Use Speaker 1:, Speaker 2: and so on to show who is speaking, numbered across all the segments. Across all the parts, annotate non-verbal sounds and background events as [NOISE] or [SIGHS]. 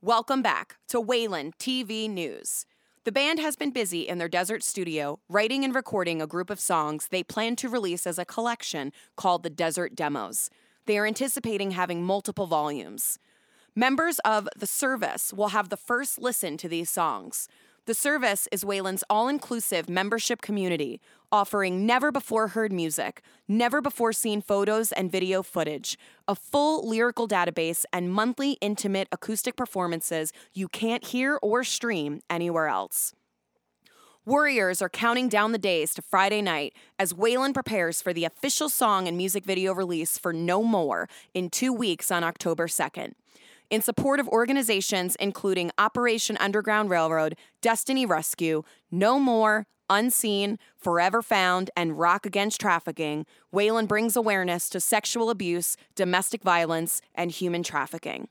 Speaker 1: Welcome back to Wayland TV News. The band has been busy in their desert studio writing and recording a group of songs they plan to release as a collection called the Desert Demos. They are anticipating having multiple volumes. Members of The Service will have the first listen to these songs. The Service is Wayland's all inclusive membership community, offering never before heard music, never before seen photos and video footage, a full lyrical database, and monthly intimate acoustic performances you can't hear or stream anywhere else. Warriors are counting down the days to Friday night as Waylon prepares for the official song and music video release for No More in two weeks on October 2nd. In support of organizations including Operation Underground Railroad, Destiny Rescue, No More, Unseen, Forever Found, and Rock Against Trafficking, Waylon brings awareness to sexual abuse, domestic violence, and human trafficking.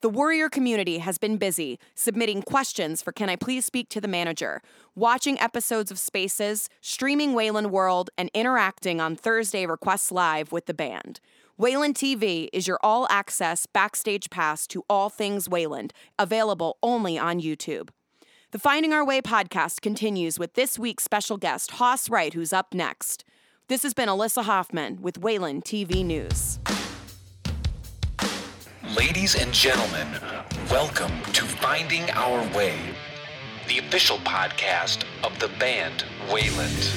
Speaker 1: The Warrior community has been busy submitting questions for Can I Please Speak to the Manager, watching episodes of Spaces, streaming Wayland World, and interacting on Thursday Requests Live with the band. Wayland TV is your all access backstage pass to all things Wayland, available only on YouTube. The Finding Our Way podcast continues with this week's special guest, Haas Wright, who's up next. This has been Alyssa Hoffman with Wayland TV News.
Speaker 2: Ladies and gentlemen, welcome to Finding Our Way, the official podcast of the band Wayland.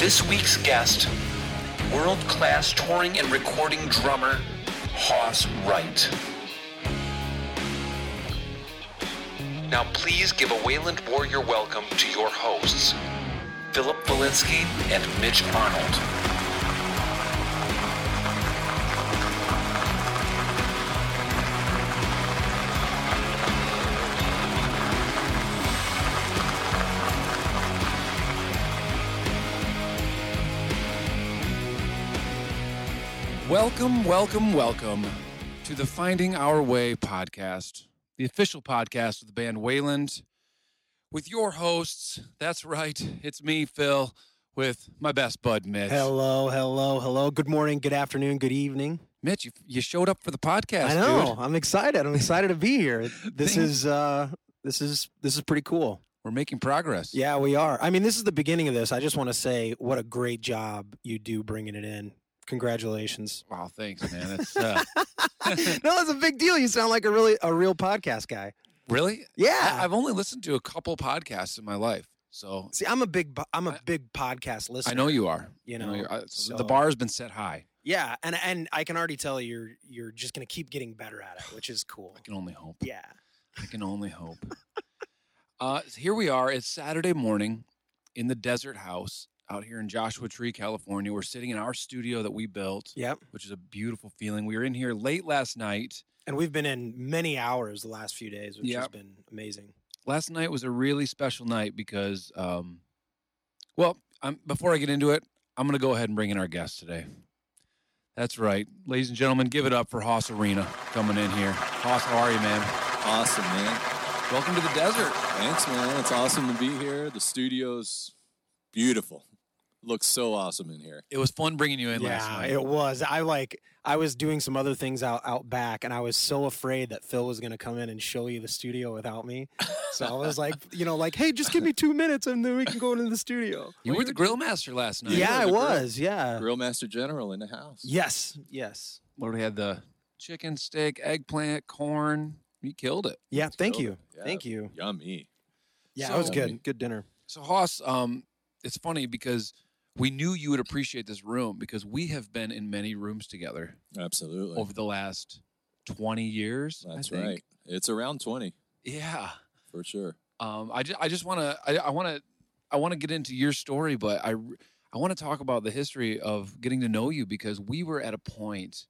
Speaker 2: This week's guest, world class touring and recording drummer Hoss Wright. Now, please give a Wayland Warrior welcome to your hosts, Philip Valinsky and Mitch Arnold.
Speaker 3: Welcome, welcome, welcome to the Finding Our Way podcast, the official podcast of the band Wayland, with your hosts. That's right, it's me, Phil, with my best bud, Mitch.
Speaker 4: Hello, hello, hello. Good morning, good afternoon, good evening.
Speaker 3: Mitch, you, you showed up for the podcast.
Speaker 4: I know.
Speaker 3: Dude.
Speaker 4: I'm excited. I'm excited to be here.
Speaker 3: [LAUGHS]
Speaker 4: This is uh this is this is pretty cool.
Speaker 3: We're making progress.
Speaker 4: Yeah, we are. I mean, this is the beginning of this. I just want to say what a great job you do bringing it in.
Speaker 3: [LAUGHS]
Speaker 4: Congratulations.
Speaker 3: Wow, thanks, man. That's uh, [LAUGHS]
Speaker 4: no, it's a big deal. You sound like a really a real podcast guy.
Speaker 3: really. I,
Speaker 4: [LAUGHS] Yeah.
Speaker 3: I've only listened to a couple podcasts in my life, so
Speaker 4: See, I'm a big bo- I'm a
Speaker 3: I-
Speaker 4: big podcast listener.
Speaker 3: I know you are.
Speaker 4: You
Speaker 3: I
Speaker 4: know,
Speaker 3: you're- I- so the
Speaker 4: so-
Speaker 3: bar has been set high.
Speaker 4: Yeah, and and I can already tell you're you're just going to keep getting better at it, which is cool.
Speaker 3: I can only hope.
Speaker 4: Yeah.
Speaker 3: I can only hope. uh, so here we are. It's Saturday morning in the desert house out here in Joshua Tree, California. We're sitting in our studio that we built,
Speaker 4: Yep.
Speaker 3: which is a beautiful feeling. We were in here late last night.
Speaker 4: And we've been in many hours the last few days, which has
Speaker 3: Yep.
Speaker 4: been amazing.
Speaker 3: Last night was a really special night because, um, well, i before I get into it, I'm going to go ahead and bring in our guest today. That's right. Ladies and gentlemen, give it up for Haas Arena coming in here. Haas, how are you, man?
Speaker 5: Awesome, man.
Speaker 3: Welcome to the desert.
Speaker 5: Thanks, man. It's awesome to be here. The studio's beautiful. Looks so awesome in here.
Speaker 3: It was fun bringing you in last
Speaker 4: Yeah,
Speaker 3: night.
Speaker 4: it was. I like I was doing some other things out out back and I was so afraid that Phil was gonna come in and show you the studio without me. So I was like, you know, like, hey, just give me two minutes and then we can go into the studio.
Speaker 3: You were the grill master last night.
Speaker 4: Yeah, I
Speaker 5: the grill-
Speaker 4: was, yeah.
Speaker 5: Grill Master General in the house.
Speaker 4: Yes, yes.
Speaker 3: Lord, we had the chicken, steak, eggplant, corn. You killed it.
Speaker 4: Yeah, thank
Speaker 5: Killed
Speaker 4: you.
Speaker 5: it. Yeah,
Speaker 4: Thank you.
Speaker 5: Yummy.
Speaker 4: Yeah, it was
Speaker 5: So-
Speaker 4: good. Good dinner.
Speaker 3: So Haas, um, it's funny because we knew you would appreciate this room because we have been in many rooms together
Speaker 5: Absolutely.
Speaker 3: over the last twenty years. I
Speaker 5: That's
Speaker 3: think.
Speaker 5: right. It's around 20
Speaker 3: Yeah.
Speaker 5: for sure.
Speaker 3: Um, I just, I just want to, I, I want to, I want to get into your story, but I, r- I want to talk about the history of getting to know you because we were at a point,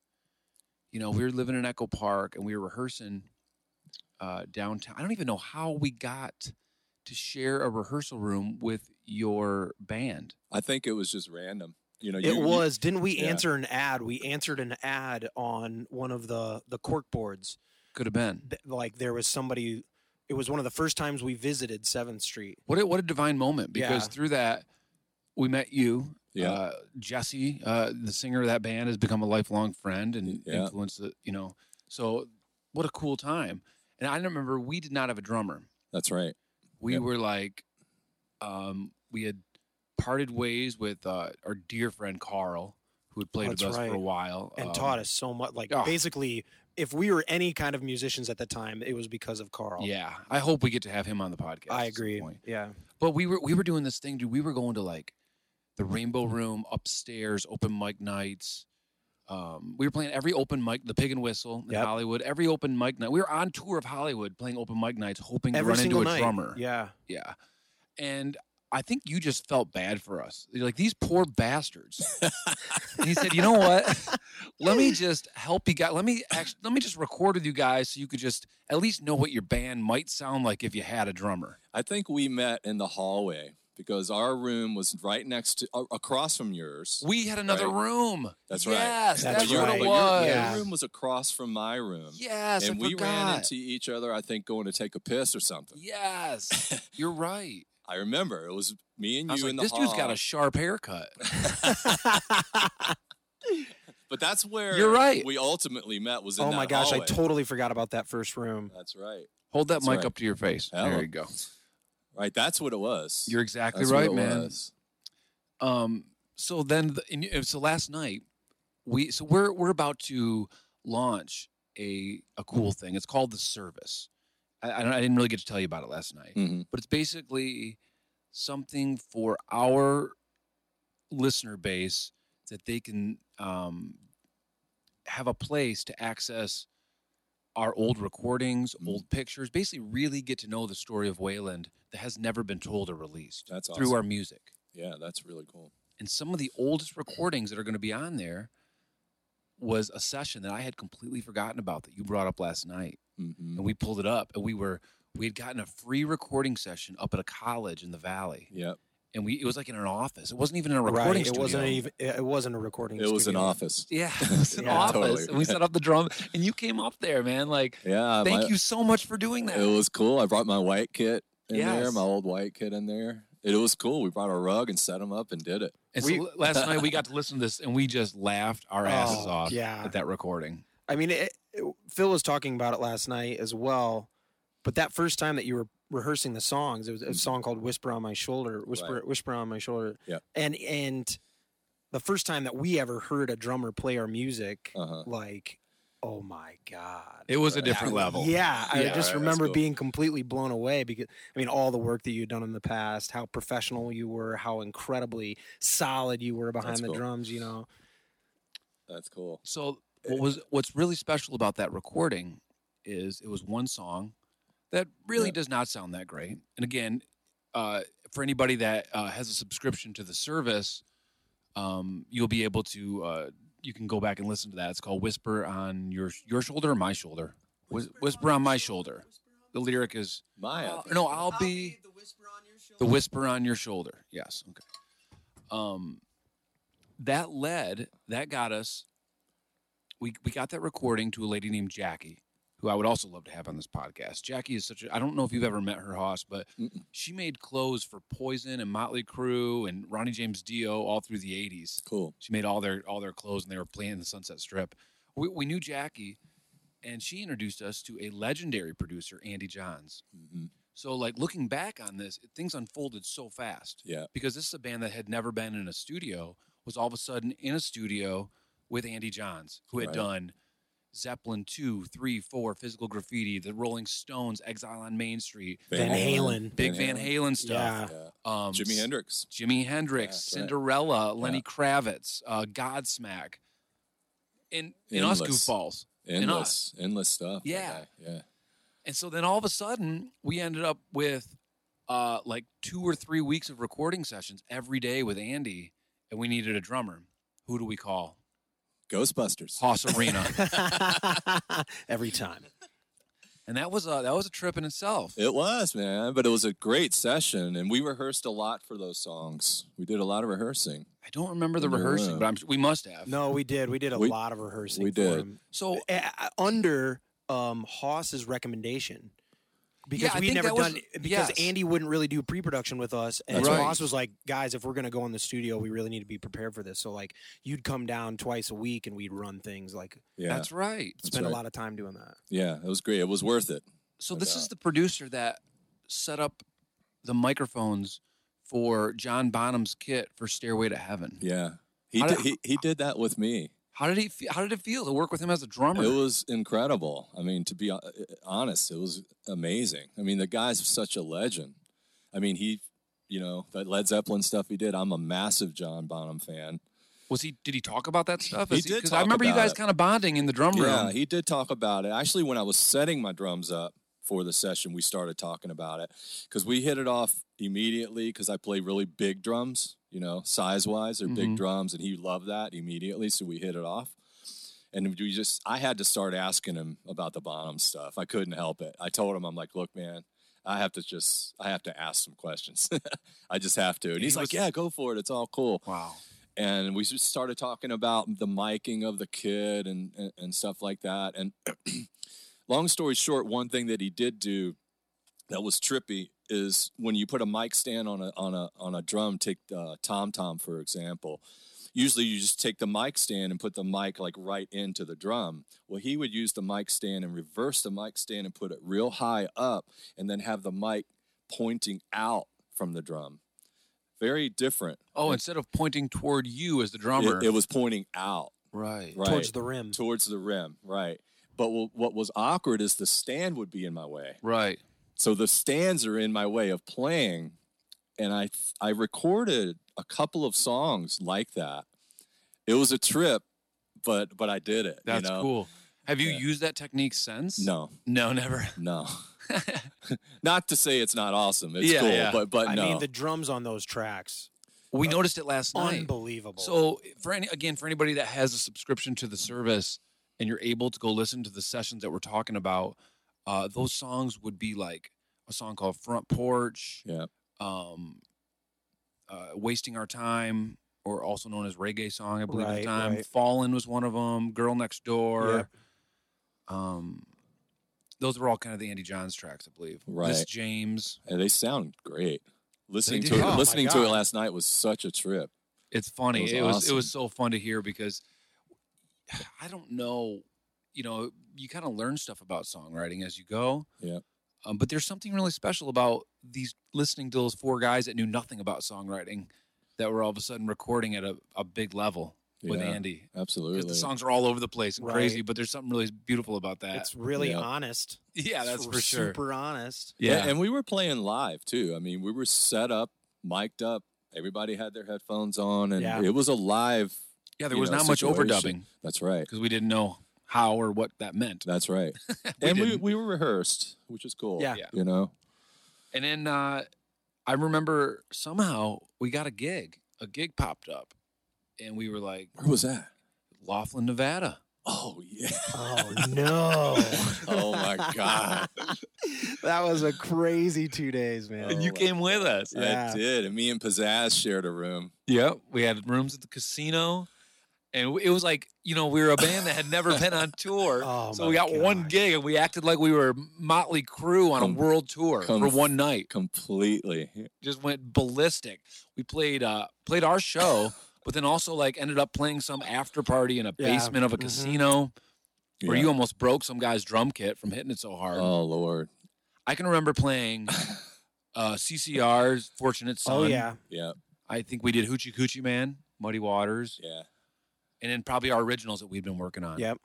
Speaker 3: you know, we were living in Echo Park and we were rehearsing uh, downtown. I don't even know how we got to share a rehearsal room with your band.
Speaker 5: I think it was just random. You know,
Speaker 4: It
Speaker 5: you- you-
Speaker 4: was. Didn't we
Speaker 5: yeah.
Speaker 4: answer an ad? We answered an ad on one of the the cork boards.
Speaker 3: Could have been.
Speaker 4: th- like there was somebody it was one of the first times we visited 7th street
Speaker 3: What a, what a divine moment because
Speaker 4: Yeah.
Speaker 3: through that we met you.
Speaker 5: Yeah.
Speaker 3: Uh, Jesse, uh, the singer of that band, has become a lifelong friend and
Speaker 5: Yeah.
Speaker 3: influenced the, you know, So what a cool time. And I remember we did not have a drummer.
Speaker 5: That's right.
Speaker 3: We
Speaker 5: Yep.
Speaker 3: were like, um, we had parted ways with uh, our dear friend Carl, who had played
Speaker 4: Oh, That's
Speaker 3: with us for a
Speaker 4: right.
Speaker 3: while
Speaker 4: and
Speaker 3: um,
Speaker 4: taught us so much. Like
Speaker 3: oh.
Speaker 4: basically, if we were any kind of musicians at the time, it was because of Carl.
Speaker 3: Yeah, I hope we get to have him on the podcast.
Speaker 4: I
Speaker 3: at some
Speaker 4: agree.
Speaker 3: point.
Speaker 4: Yeah,
Speaker 3: But we were we were doing this thing, dude. We were going to like the Rainbow Room upstairs, open mic nights. Um, we were playing every open mic, the Pig and Whistle in
Speaker 4: Yep.
Speaker 3: Hollywood. Every open mic night, we were on tour of Hollywood playing open mic nights, hoping
Speaker 4: every
Speaker 3: to run
Speaker 4: single
Speaker 3: into a
Speaker 4: night.
Speaker 3: drummer.
Speaker 4: Yeah,
Speaker 3: [LAUGHS] Yeah. And I think you just felt bad for us. You're like, these poor bastards. and he said, you know what? [LAUGHS] let me just help you guys. Let me actually, let me just record with you guys so you could just at least know what your band might sound like if you had a drummer.
Speaker 5: I think we met in the hallway because our room was right next to, a- across from yours.
Speaker 3: We had another
Speaker 5: Right.
Speaker 3: room.
Speaker 5: That's right.
Speaker 3: yes,
Speaker 4: That's
Speaker 3: That's,
Speaker 5: But you-
Speaker 3: what
Speaker 4: right.
Speaker 3: it
Speaker 5: but
Speaker 3: was.
Speaker 5: Your,
Speaker 4: Yeah.
Speaker 5: your room was across from my room.
Speaker 3: Yes,
Speaker 5: and
Speaker 3: I
Speaker 5: we
Speaker 3: forgot.
Speaker 5: ran into each other, I think, going to take a piss or something. [LAUGHS]
Speaker 3: Yes, you're right.
Speaker 5: I remember it was me and
Speaker 3: I was
Speaker 5: you
Speaker 3: like,
Speaker 5: in the
Speaker 3: this
Speaker 5: hall.
Speaker 3: dude's got a sharp haircut.
Speaker 5: but that's where
Speaker 3: You're right.
Speaker 5: We ultimately met was in
Speaker 4: oh
Speaker 5: that
Speaker 4: my gosh, I
Speaker 5: hallway.
Speaker 4: totally forgot about that first room.
Speaker 5: That's right.
Speaker 3: Hold that
Speaker 5: That's
Speaker 3: mic
Speaker 5: right.
Speaker 3: up to your face.
Speaker 5: Hello.
Speaker 3: There you go.
Speaker 5: Right. That's what it was.
Speaker 3: You're exactly
Speaker 5: That's what
Speaker 3: right,
Speaker 5: it
Speaker 3: man.
Speaker 5: was.
Speaker 3: um so then the, and, y- so last night we so we're we're about to launch a a cool thing it's called the service i i, don't, I didn't really get to tell you about it last night
Speaker 5: Mhm.
Speaker 3: but it's basically something for our listener base that they can um have a place to access our old recordings,
Speaker 5: Mm.
Speaker 3: old pictures, basically really get to know the story of Wayland that has never been told or released
Speaker 5: That's awesome.
Speaker 3: through our music
Speaker 5: yeah, that's really cool.
Speaker 3: and some of the oldest recordings that are going to be on there was a session that I had completely forgotten about that you brought up last night,
Speaker 5: hmm
Speaker 3: and we pulled it up, and we were we had gotten a free recording session up at a college in the valley,
Speaker 5: Yep.
Speaker 3: and we it was like in an office. It wasn't even in a recording
Speaker 4: Right, it
Speaker 3: studio.
Speaker 4: wasn't even. It wasn't a recording.
Speaker 5: It was an
Speaker 4: studio.
Speaker 5: office.
Speaker 3: Yeah, [LAUGHS] it was an
Speaker 4: Yeah,
Speaker 3: office,
Speaker 5: totally.
Speaker 3: and we set up the drum, and you came up there, man.
Speaker 4: [LAUGHS]
Speaker 3: Like,
Speaker 5: Yeah.
Speaker 3: thank
Speaker 5: my-
Speaker 3: you so much for doing that.
Speaker 5: It was cool. I brought my white kit in there,
Speaker 3: Yes.
Speaker 5: my old white kit in there. It was cool. We brought our rug and set them up and did it.
Speaker 3: and
Speaker 4: we-
Speaker 3: so l- last night we got to listen to this, and we just laughed our asses
Speaker 4: [LAUGHS] Oh,
Speaker 3: off
Speaker 4: yeah.
Speaker 3: at that recording.
Speaker 4: I mean, it, it- Phil was talking about it last night as well, but that first time that you were rehearsing the songs, it was
Speaker 5: Mm-hmm.
Speaker 4: a song called "Whisper on My Shoulder." Whisper, whisper on my shoulder.
Speaker 5: Yeah.
Speaker 4: And and the first time that we ever heard a drummer play our music,
Speaker 5: Uh-huh.
Speaker 4: like, oh my god.
Speaker 3: It was a
Speaker 5: Right.
Speaker 4: [LAUGHS]
Speaker 3: different level.
Speaker 4: Yeah, I
Speaker 5: Yeah, right,
Speaker 4: just
Speaker 5: that's
Speaker 4: remember
Speaker 5: cool.
Speaker 4: being completely blown away because I mean all the work that you'd done in the past, how professional you were, how incredibly solid you were behind
Speaker 5: That's
Speaker 4: the
Speaker 5: cool.
Speaker 4: drums, you know.
Speaker 5: That's cool.
Speaker 3: So what was what's really special about that recording is it was one song that really
Speaker 5: Yeah.
Speaker 3: does not sound that great. And again, uh, for anybody that uh, has a subscription to the service, um, you'll be able to uh, you can go back and listen to that. It's called "Whisper on Your Your Shoulder or My Shoulder." Whis- Whisper on my shoulder. The lyric is
Speaker 5: My
Speaker 3: "I'll- Oh, no, I'll be
Speaker 6: the whisper on your shoulder.
Speaker 3: the whisper on your shoulder. Yes. Okay. Um, that led, that got us, we, we got that recording to a lady named Jackie, who I would also love to have on this podcast. Jackie is such a, I don't know if you've ever met her, Haas, but
Speaker 5: Mm-mm.
Speaker 3: she made clothes for Poison and Motley Crue and Ronnie James Dio all through the 80s.
Speaker 5: cool.
Speaker 3: She made all their all their clothes, and they were playing the Sunset Strip. We, we knew Jackie, and she introduced us to a legendary producer, Andy Johns.
Speaker 5: hmm
Speaker 3: So, like looking back on this, it- things unfolded so fast.
Speaker 5: Yeah.
Speaker 3: Because this is a band that had never been in a studio, was all of a sudden in a studio with Andy Johns, who had
Speaker 5: Right.
Speaker 3: done Zeppelin 2, 3, 4, Physical Graffiti, The Rolling Stones, Exile on Main Street,
Speaker 4: Van Halen.
Speaker 3: Big Van Halen
Speaker 4: Yeah.
Speaker 3: stuff,
Speaker 5: Yeah.
Speaker 3: um,
Speaker 5: Jimi
Speaker 3: s-
Speaker 5: Hendrix.
Speaker 3: Jimi Hendrix,
Speaker 5: That's right.
Speaker 3: Cinderella,
Speaker 5: Yeah.
Speaker 3: Lenny Kravitz, uh, Godsmack, and, and us
Speaker 5: Endless.
Speaker 3: goofballs.
Speaker 5: Endless. Endless stuff. that
Speaker 3: Yeah.
Speaker 5: guy. Yeah.
Speaker 3: And so then all of a sudden, we ended up with uh, like two or three weeks of recording sessions every day with Andy, and we needed a drummer. Who do we call?
Speaker 5: Ghostbusters. [LAUGHS]
Speaker 3: Hoss Arena.
Speaker 4: [LAUGHS] Every time.
Speaker 3: and that was a that was a trip in itself.
Speaker 5: It was, man, but it was a great session, and we rehearsed a lot for those songs. We did a lot of rehearsing.
Speaker 3: I don't remember the
Speaker 5: No way.
Speaker 3: rehearsing, but I'm we must have.
Speaker 4: No, we did. We did a
Speaker 5: We-
Speaker 4: lot of rehearsing.
Speaker 5: we
Speaker 4: for
Speaker 5: did.
Speaker 4: him.
Speaker 3: So
Speaker 4: A- a- under um, Haas's recommendation. because
Speaker 3: I
Speaker 4: we'd
Speaker 3: think
Speaker 4: never
Speaker 3: that was-
Speaker 4: done because
Speaker 3: yes.
Speaker 4: Andy wouldn't really do pre-production with us, and
Speaker 5: That's
Speaker 4: his
Speaker 3: right.
Speaker 4: boss was like, "Guys, if we're gonna go in the studio, we really need to be prepared for this." So like, you'd come down twice a week, and we'd run things. Like,
Speaker 5: Yeah,
Speaker 3: That's right.
Speaker 5: That's
Speaker 4: spend
Speaker 5: right.
Speaker 4: a lot of time doing that.
Speaker 5: yeah, it was great. It was worth it.
Speaker 3: So
Speaker 5: No
Speaker 3: this is
Speaker 5: doubt.
Speaker 3: the producer that set up the microphones for John Bonham's kit for Stairway to Heaven.
Speaker 5: Yeah, he
Speaker 3: How
Speaker 5: did,
Speaker 3: did-
Speaker 5: he he did that with me.
Speaker 3: How did he? Fe- how did it feel to work with him as a drummer?
Speaker 5: It was incredible. I mean, to be hon- honest, it was amazing. I mean, the guy's such a legend. I mean, he, you know, that Led Zeppelin stuff he did. I'm a massive John Bonham fan.
Speaker 3: Was he? Did he talk about that stuff?
Speaker 5: He
Speaker 3: Is
Speaker 5: did
Speaker 3: 'cause I
Speaker 5: talk
Speaker 3: remember you
Speaker 5: about
Speaker 3: guys
Speaker 5: it.
Speaker 3: kind of bonding in the drum room.
Speaker 5: Yeah, he did talk about it. Actually, when I was setting my drums up for the session, we started talking about it because we hit it off immediately because I play really big drums, you know, size wise, they're big
Speaker 3: Mhm.
Speaker 5: drums, and he loved that immediately. So we hit it off. And we just, I had to start asking him about the Bonham stuff. I couldn't help it. I told him, I'm like, look, man, I have to just, I have to ask some questions. [LAUGHS] I just have to. And
Speaker 3: He
Speaker 5: he's
Speaker 3: was-
Speaker 5: like, yeah, go for it. It's all cool
Speaker 3: wow.
Speaker 5: and we just started talking about the miking of the kid and, and, and stuff like that. And [CLEARS THROAT] long story short, one thing that he did do that was trippy is when you put a mic stand on a on a on a drum, take uh, tom tom for example. Usually, you just take the mic stand and put the mic like right into the drum. Well, he would use the mic stand and reverse the mic stand and put it real high up, and then have the mic pointing out from the drum. Very different.
Speaker 3: Oh, instead of pointing toward you as the drummer,
Speaker 5: It, it was pointing out,
Speaker 3: right.
Speaker 5: right?
Speaker 4: Towards the rim.
Speaker 5: towards the rim, right? But w- what was awkward is the stand would be in my way.
Speaker 3: Right.
Speaker 5: So the stands are in my way of playing, and I th- I recorded a couple of songs like that. It was a trip, but but I did it.
Speaker 3: That's
Speaker 5: you know?
Speaker 3: cool. Have you
Speaker 5: Yeah.
Speaker 3: used that technique since?
Speaker 5: No,
Speaker 3: No, never. [LAUGHS]
Speaker 5: no. [LAUGHS] not to say it's not awesome. It's
Speaker 3: Yeah,
Speaker 5: cool,
Speaker 3: yeah.
Speaker 5: but but
Speaker 4: I
Speaker 5: no.
Speaker 4: mean, the drums on those tracks,
Speaker 3: We
Speaker 5: Uh,
Speaker 3: noticed it last night.
Speaker 4: unbelievable.
Speaker 3: So for any again for anybody that has a subscription to the service and you're able to go listen to the sessions that we're talking about, uh, those songs would be like a song called Front Porch,
Speaker 5: yeah,
Speaker 3: um, uh, Wasting Our Time, or also known as Reggae Song, I believe at the
Speaker 4: Right,
Speaker 3: time.
Speaker 4: right.
Speaker 3: Fallen was one of them. Girl Next Door. Um, those were all kind of the Andy Johns tracks, I believe. This
Speaker 5: Right.
Speaker 3: James.
Speaker 5: and they sound great. Listening
Speaker 3: do.
Speaker 5: to it,
Speaker 4: Oh, my
Speaker 5: listening to it
Speaker 4: God.
Speaker 5: last night was such a trip.
Speaker 3: It's funny.
Speaker 5: It was
Speaker 3: It was, it was so
Speaker 5: awesome.
Speaker 3: fun to hear because [SIGHS] I don't know, you know, you kind of learn stuff about songwriting as you go.
Speaker 5: Yep.
Speaker 3: Um, but there's something really special about these listening to those four guys that knew nothing about songwriting that were all of a sudden recording at a, a big level with
Speaker 5: Yeah,
Speaker 3: Andy. Because
Speaker 5: Absolutely.
Speaker 3: the songs are all over the place and crazy,
Speaker 4: Right.
Speaker 3: but there's something really beautiful about that.
Speaker 4: it's really
Speaker 5: yeah.
Speaker 4: honest.
Speaker 3: [LAUGHS] yeah,
Speaker 4: It's
Speaker 3: that's
Speaker 4: r-
Speaker 3: for sure.
Speaker 4: Super honest.
Speaker 5: Yeah.
Speaker 3: yeah.
Speaker 5: And we were playing live too. I mean, we were set up, mic'd up. Everybody had their headphones on, and
Speaker 4: Yeah.
Speaker 5: it was a live.
Speaker 3: yeah, there
Speaker 5: you
Speaker 3: was
Speaker 5: know,
Speaker 3: not much overdubbing
Speaker 5: situation. That's right.
Speaker 3: because we didn't know how or what that meant. [LAUGHS]
Speaker 5: That's right.
Speaker 3: We
Speaker 5: and we,
Speaker 3: didn't.
Speaker 5: we were rehearsed, which is cool.
Speaker 4: Yeah.
Speaker 3: Yeah.
Speaker 5: You know?
Speaker 3: And then uh, I remember somehow we got a gig. A gig popped up, and we were like
Speaker 5: Where was that?
Speaker 3: Laughlin, Nevada.
Speaker 5: Oh, yeah.
Speaker 4: Oh no!
Speaker 5: [LAUGHS] Oh, my God.
Speaker 4: that was a crazy two days, man.
Speaker 3: [LAUGHS]
Speaker 5: Oh,
Speaker 3: and you
Speaker 5: my
Speaker 3: came with us.
Speaker 5: I
Speaker 4: Yeah.
Speaker 5: did. And me and Pizzazz shared a room.
Speaker 3: Yep. We had rooms at the casino, and it was like you know we were a band that had never been on tour.
Speaker 4: [LAUGHS] Oh,
Speaker 3: So
Speaker 4: my
Speaker 3: we got one
Speaker 4: God.
Speaker 3: gig and we acted like we were Motley Crue on
Speaker 5: Com-
Speaker 3: a world tour
Speaker 5: com-
Speaker 3: for one night.
Speaker 5: Completely.
Speaker 3: Just went ballistic. We played uh played our
Speaker 4: [LAUGHS]
Speaker 3: show, but then also like ended up playing some after party in a
Speaker 4: Yeah.
Speaker 3: basement of a
Speaker 4: Mhm.
Speaker 3: casino. where
Speaker 5: Yeah.
Speaker 3: you almost broke some guy's drum kit from hitting it so hard.
Speaker 5: Oh, Lord.
Speaker 3: I can remember playing uh, CCR's Fortunate Son.
Speaker 4: Oh yeah,
Speaker 5: Yeah.
Speaker 3: I think we did Hoochie Coochie Man, Muddy Waters,
Speaker 5: Yeah.
Speaker 3: and then probably our originals that we'd been working on.
Speaker 4: yep.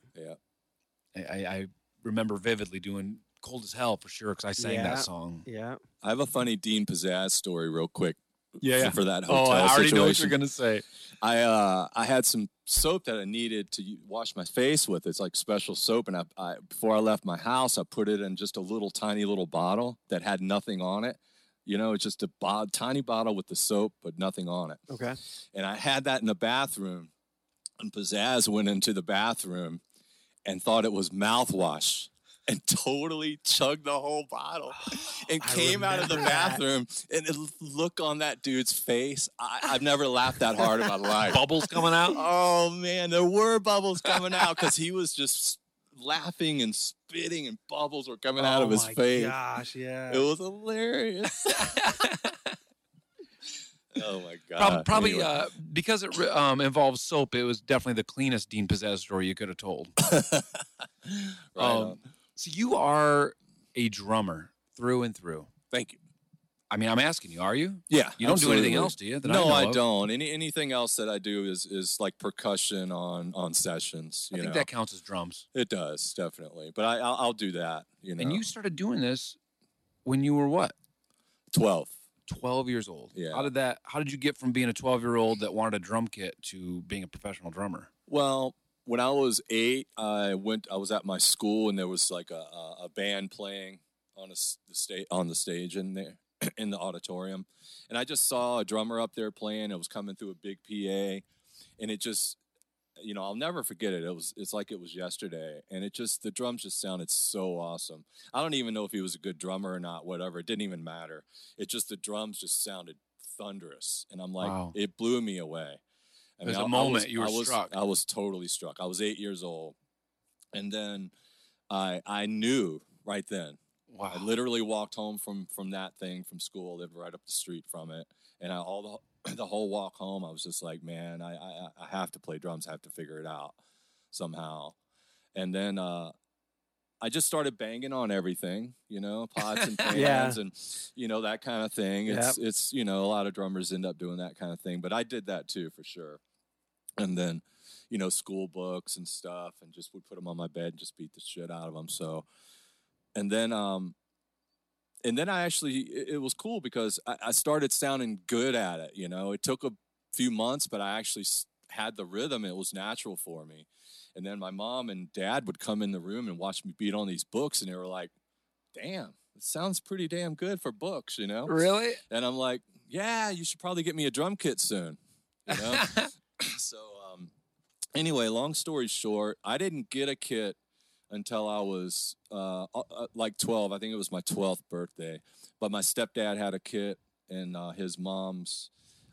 Speaker 3: I, I, I remember vividly doing Cold as Hell for sure because I sang
Speaker 4: Yeah.
Speaker 3: that song.
Speaker 4: Yeah.
Speaker 5: I have a funny Dean Pizzazz story, real quick.
Speaker 3: Yeah,
Speaker 5: for-
Speaker 3: yeah.
Speaker 5: For that
Speaker 3: [LAUGHS]
Speaker 5: hotel
Speaker 3: Oh, I already
Speaker 5: situation.
Speaker 3: know what you're going to say.
Speaker 5: I uh, I had some soap that I needed to u- wash my face with. It's like special soap, and I, I before I left my house, I put it in just a little tiny little bottle that had nothing on it. You know, it's just a bo- tiny bottle with the soap, but nothing on it.
Speaker 4: Okay.
Speaker 5: And I had that in the bathroom, and Pizzazz went into the bathroom and thought it was mouthwash. [LAUGHS] And totally chugged the whole
Speaker 4: [SIGHS]
Speaker 5: bottle and
Speaker 4: I
Speaker 5: came out of the
Speaker 4: remember that.
Speaker 5: bathroom. And the look on that dude's face, I, I've never laughed that hard in my life. [LAUGHS]
Speaker 3: Bubbles coming out.
Speaker 5: Oh man, there were bubbles coming out because he was just laughing and spitting and bubbles were coming
Speaker 4: oh
Speaker 5: out of his
Speaker 4: my
Speaker 5: face.
Speaker 4: Gosh, yeah.
Speaker 5: It
Speaker 3: [LAUGHS]
Speaker 5: was hilarious. oh my god!
Speaker 3: Prob- probably
Speaker 5: Anyway.
Speaker 3: uh, because it re- um, involves soap. It was definitely the cleanest Dean Possessed story you could have told.
Speaker 5: Right
Speaker 3: um,
Speaker 5: on.
Speaker 3: So you are a drummer through and through.
Speaker 5: Thank you.
Speaker 3: I mean, I'm asking you, are you?
Speaker 5: Yeah,
Speaker 3: You don't do anything
Speaker 5: absolutely.
Speaker 3: else, do you? that
Speaker 5: no,
Speaker 3: know
Speaker 5: I,
Speaker 3: of?
Speaker 5: don't. Any anything else that I do is is like percussion on on sessions.
Speaker 3: I
Speaker 5: You
Speaker 3: think
Speaker 5: know,
Speaker 3: that counts as drums.
Speaker 5: it does definitely. But I I'll, I'll do that. You know,
Speaker 3: And you started doing this when you were what?
Speaker 5: twelve.
Speaker 3: 12 years old.
Speaker 5: Yeah.
Speaker 3: How did that how did you get from being a 12-year-old that wanted a drum kit to being a professional drummer?
Speaker 5: Well, when I was eight, I went. I was at my school, and there was like a a, a band playing on a s- the state on the stage in there [CLEARS THROAT] in the auditorium, and I just saw a drummer up there playing. It was coming through a big PA, and it just you know I'll never forget it. It was it's like it was yesterday, and it just the drums just sounded so awesome. I don't even know if he was a good drummer or not. Whatever, it didn't even matter. It just the drums just sounded thunderous, and I'm like
Speaker 3: Wow.
Speaker 5: it blew me away. I
Speaker 3: There's
Speaker 5: I-
Speaker 3: a
Speaker 5: I
Speaker 3: moment
Speaker 5: was-
Speaker 3: you were
Speaker 5: I was,
Speaker 3: struck.
Speaker 5: I was totally struck. I was eight years old, and then I I knew right then.
Speaker 3: Wow.
Speaker 5: I [LAUGHS] literally walked home from from that thing from school. Lived right up the street from it, and I, all the [CLEARS THROAT] the whole walk home, I was just like, man, I I, I have to play drums. I have to figure it out somehow. And then uh, I just started banging on everything, you know,
Speaker 3: [LAUGHS]
Speaker 5: pots and pans
Speaker 4: Yeah.
Speaker 5: and you know that kind of thing. It's it's you know a lot of drummers end up doing that kind of thing, but I did that too for sure. And then you know school books and stuff, and just would put them on my bed and just beat the shit out of them. So and then um and then i actually it, it was cool because I, I started sounding good at it you know it took a few months but i actually s- had the rhythm it was natural for me and then my mom and dad would come in the room and watch me beat on these books and they were like damn it sounds pretty damn good for books you know
Speaker 3: Really?
Speaker 5: and i'm like yeah you should probably get me a drum kit soon you know [CLEARS THROAT] so um, anyway, long story short, I didn't get a kit until I was uh, uh, uh, like 12. I think it was my 12th birthday. But my stepdad had a kit in uh, his mom's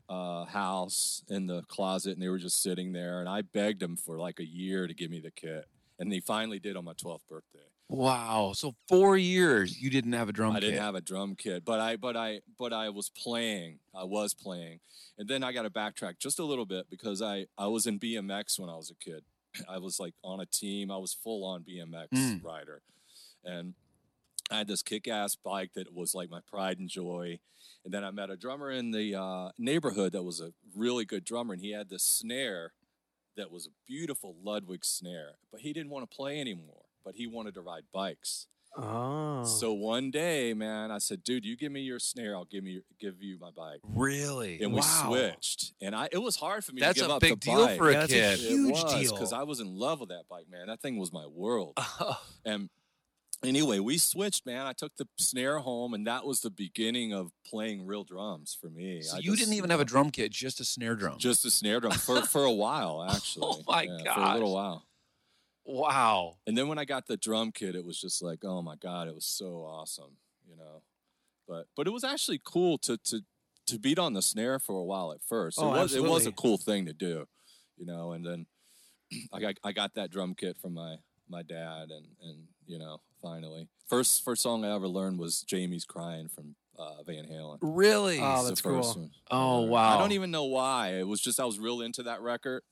Speaker 5: uh, house in the closet, and they were just sitting there. And I begged him for like a year to give me the kit, and he finally did on my 12th birthday.
Speaker 3: wow. So 4 years you didn't have a drum
Speaker 5: I
Speaker 3: kit.
Speaker 5: didn't have a drum kit, but I but I but I was playing. I was playing, and then I got to backtrack just a little bit because I I was in BMX when I was a kid. [CLEARS THROAT] I was like on a team. I was full on BMX
Speaker 3: Mm.
Speaker 5: rider, and I had this kick ass bike that was like my pride and joy. And then I met a drummer in the uh, neighborhood that was a really good drummer, and he had this snare that was a beautiful Ludwig snare, but he didn't want to play anymore. But he wanted to ride bikes.
Speaker 4: oh.
Speaker 5: So one day, man, I said, "Dude, you give me your snare, I'll give me your, give you my bike."
Speaker 3: Really?
Speaker 5: And we
Speaker 4: Wow.
Speaker 5: switched, and I it was hard for me
Speaker 3: That's
Speaker 5: to give
Speaker 3: a
Speaker 5: up
Speaker 3: big
Speaker 5: the
Speaker 3: deal
Speaker 5: bike.
Speaker 3: for a
Speaker 4: Yeah, that's a
Speaker 3: kid.
Speaker 4: huge- deal.
Speaker 5: because I was in love with that bike, man. That thing was
Speaker 3: [LAUGHS]
Speaker 5: my world. And anyway, we switched, man. I took the snare home, and that was the beginning of playing real drums for me.
Speaker 3: so
Speaker 5: I
Speaker 3: you
Speaker 5: just-
Speaker 3: didn't even have a drum kit, just a snare drum.
Speaker 5: just a snare drum for for a
Speaker 3: [LAUGHS]
Speaker 5: while, actually.
Speaker 3: Oh my
Speaker 5: for a
Speaker 3: gosh.
Speaker 5: little while.
Speaker 3: wow.
Speaker 5: And then when I got the drum kit, it was just like, oh my god, it was so awesome, you know. But but it was actually cool to to to beat on the snare for a while at first.
Speaker 4: Oh,
Speaker 5: it was it was a
Speaker 4: absolutely.
Speaker 5: cool thing to do, you know. And then [CLEARS THROAT] I got I got that drum kit from my my dad, and and you know finally first first song I ever learned was Jamie's crying from uh, Van Halen.
Speaker 3: Really?
Speaker 4: Oh,
Speaker 5: It's the
Speaker 4: that's
Speaker 5: first
Speaker 4: cool.
Speaker 5: one I
Speaker 3: Oh,
Speaker 5: learned.
Speaker 3: wow.
Speaker 5: I don't even know why. It was just I was real into that record.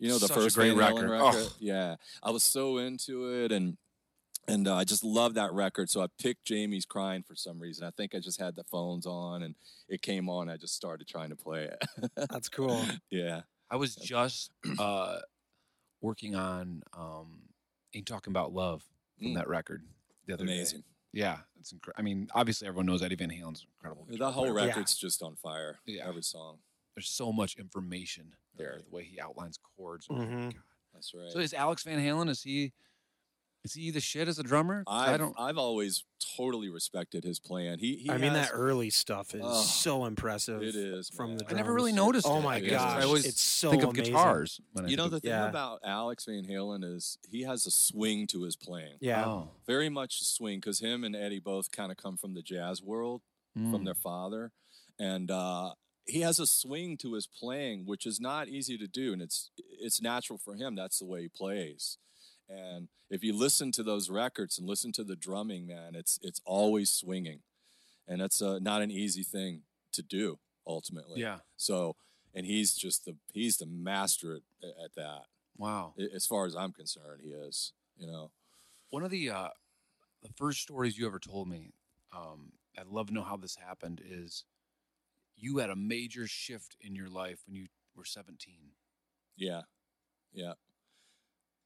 Speaker 5: You know, the
Speaker 3: Such a
Speaker 5: first
Speaker 3: great
Speaker 5: Van Halen
Speaker 3: record.
Speaker 5: record.
Speaker 3: Oh.
Speaker 5: Yeah, I was so into it, and and uh, I just loved that record. So I picked Jamie's Crying for some reason. I think I just had the phones on, and it came on. I just started trying to play it. [LAUGHS]
Speaker 4: That's cool.
Speaker 5: yeah.
Speaker 3: I was just uh, working on um, "Ain't Talking About Love" from
Speaker 5: Mm.
Speaker 3: that record the other day.
Speaker 5: Amazing.
Speaker 3: Yeah, it's incredible. I mean, obviously everyone knows Eddie Van Halen's an incredible.
Speaker 5: The
Speaker 3: guitar
Speaker 5: whole
Speaker 3: player, but
Speaker 4: Yeah.
Speaker 5: record's just on fire.
Speaker 3: Yeah.
Speaker 5: Every song.
Speaker 3: There's so much information there.
Speaker 5: Right.
Speaker 3: The way he outlines chords.
Speaker 4: Mhm.
Speaker 3: God.
Speaker 5: That's right.
Speaker 3: So is Alex Van Halen? Is he? Is he the shit as a drummer? 'Cause
Speaker 5: I've,
Speaker 3: I don't.
Speaker 5: I've always totally respected his plan. He, he
Speaker 4: I mean,
Speaker 5: has-
Speaker 4: that early stuff is
Speaker 5: Oh,
Speaker 4: so impressive.
Speaker 5: it is
Speaker 4: from
Speaker 5: man.
Speaker 4: the.
Speaker 3: I never really
Speaker 4: drums.
Speaker 3: noticed
Speaker 4: Oh
Speaker 3: it,
Speaker 4: my
Speaker 3: I
Speaker 5: guess. I
Speaker 4: gosh!
Speaker 3: always
Speaker 4: it's so
Speaker 3: think of
Speaker 4: amazing.
Speaker 3: guitars when I
Speaker 5: You know
Speaker 3: think
Speaker 5: the
Speaker 3: of-
Speaker 5: thing
Speaker 4: Yeah.
Speaker 5: about Alex Van Halen is he has a swing to his playing,
Speaker 4: Yeah.
Speaker 3: Oh.
Speaker 5: very much a swing, because him and Eddie both kind of come from the jazz world from
Speaker 3: Mm.
Speaker 5: their father, and uh, he has a swing to his playing, which is not easy to do, and it's it's natural for him. That's the way he plays, And if you listen to those records and listen to the drumming, man, it's it's always swinging, and that's uh, not an easy thing to do ultimately.
Speaker 3: Yeah.
Speaker 5: So, and he's just the he's the master at, at that.
Speaker 3: Wow.
Speaker 5: A- As far as I'm concerned, he is. You know.
Speaker 3: One of the uh, the first stories you ever told me, um, I'd love to know how this happened. Is you had a major shift in your life when you were 17.
Speaker 5: Yeah. Yeah.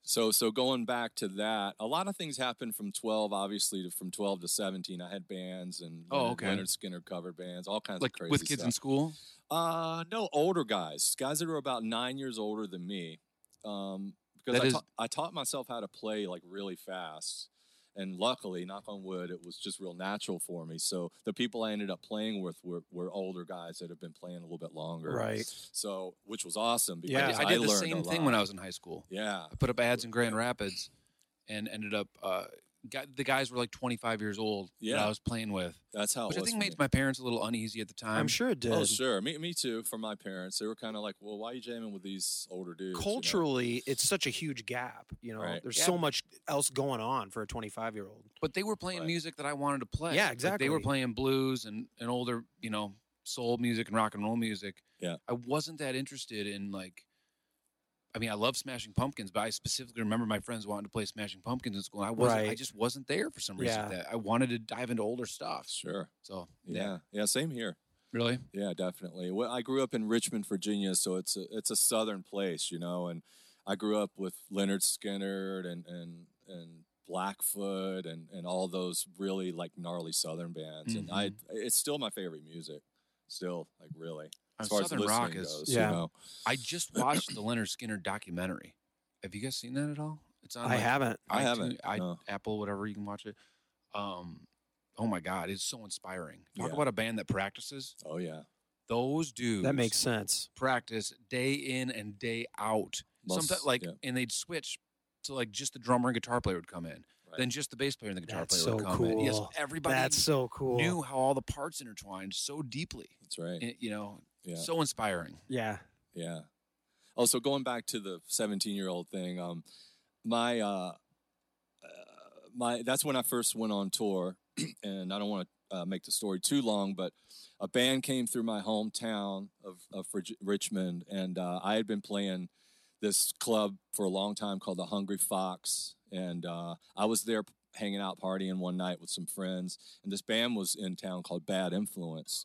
Speaker 5: So so going back to that, a lot of things happened from 12 obviously to from 12 to 17. I had bands and
Speaker 3: Oh,
Speaker 5: Leonard,
Speaker 3: okay.
Speaker 5: Leonard Skinner cover bands, all kinds
Speaker 3: like
Speaker 5: of crazy
Speaker 3: with kids in
Speaker 5: stuff.
Speaker 3: school.
Speaker 5: uh no, older guys, guys that are about 9 years older than me. Um because
Speaker 3: That
Speaker 5: I,
Speaker 3: is-
Speaker 5: ta- I taught myself how to play like really fast. And luckily, knock on wood, it was just real natural for me. So the people I ended up playing with were, were older guys that have been playing a little bit longer.
Speaker 4: Right.
Speaker 5: So, which was awesome. Because
Speaker 3: I
Speaker 4: Yeah.
Speaker 3: did- I did the
Speaker 5: learned
Speaker 3: same
Speaker 5: a
Speaker 3: thing when
Speaker 5: lot.
Speaker 3: I was in high school.
Speaker 5: Yeah.
Speaker 3: I put up ads in Grand Rapids, and ended up. Uh, got, the guys were like 25 years old that
Speaker 5: Yeah.
Speaker 3: I was playing with,
Speaker 5: That's how
Speaker 3: which
Speaker 5: it
Speaker 3: I
Speaker 5: was.
Speaker 3: think
Speaker 5: for
Speaker 3: made
Speaker 5: me.
Speaker 3: my parents a little uneasy at the time.
Speaker 4: I'm sure it did.
Speaker 5: Oh, sure. Me, me too. For my parents, they were kind of like, "Well, why are you jamming with these older dudes?" you know?
Speaker 4: Culturally, it's such a huge gap. You know,
Speaker 5: Right.
Speaker 4: there's
Speaker 3: Yeah.
Speaker 4: so much else going on for a 25 year old.
Speaker 3: But they were playing
Speaker 5: Right.
Speaker 3: music that I wanted to play.
Speaker 4: Yeah,
Speaker 3: Like, they were
Speaker 4: exactly.
Speaker 3: playing blues and, and older, you know, soul music and rock and roll music.
Speaker 5: Yeah.
Speaker 3: I wasn't that interested in like I mean, I love Smashing Pumpkins, but I specifically remember my friends wanting to play Smashing Pumpkins in school. And I wasn't I
Speaker 4: Right.
Speaker 3: just wasn't there for some reason.
Speaker 4: Yeah.
Speaker 3: That I wanted to dive into older stuff.
Speaker 5: Sure.
Speaker 3: So
Speaker 5: Yeah. yeah. Same here.
Speaker 3: Really?
Speaker 5: Yeah, definitely. Well, I grew up in Richmond, Virginia, so it's a it's a southern place, you know. And I grew up with Leonard Skinner and and and Blackfoot and and all those really like gnarly southern bands. And I,
Speaker 4: Mm-hmm.
Speaker 5: it's still my favorite music. Still, like really,
Speaker 3: Uh,
Speaker 5: as far
Speaker 3: Southern
Speaker 5: as listening
Speaker 3: rock is
Speaker 5: goes,
Speaker 4: Yeah.
Speaker 5: you know.
Speaker 3: I just watched the Leonard Skinner documentary. Have you guys seen that at all? It's on
Speaker 4: I
Speaker 3: like,
Speaker 4: haven't.
Speaker 5: I
Speaker 3: iTunes-
Speaker 5: haven't,
Speaker 3: I,
Speaker 5: no.
Speaker 3: Apple, whatever you can watch it. Um, oh my God, it's so inspiring. Talk
Speaker 5: Yeah.
Speaker 3: about a band that practices.
Speaker 5: Oh yeah,
Speaker 3: Those dudes
Speaker 4: That makes sense.
Speaker 3: practice day in and day out.
Speaker 5: Most-
Speaker 3: Sometimes like,
Speaker 5: yeah.
Speaker 3: and they'd switch to like just the drummer and guitar player would come in, then just the bass player and the guitar
Speaker 4: That's
Speaker 3: player would
Speaker 4: so
Speaker 3: come in. Yes,
Speaker 4: cool.
Speaker 3: everybody
Speaker 4: That's so cool.
Speaker 3: knew how all the parts intertwined so deeply.
Speaker 5: that's right.
Speaker 3: It- you know,
Speaker 5: Yeah.
Speaker 3: so inspiring.
Speaker 4: Yeah.
Speaker 5: Yeah. Also, going back to the 17 year old thing, um, my uh, uh, my that's when I first went on tour, [CLEARS THROAT] and I don't want to uh, make the story too long, but a band came through my hometown of of Rich- Richmond, and uh, I had been playing this club for a long time called the Hungry Fox, and uh, I was there hanging out partying one night with some friends, and this band was in town called Bad Influence,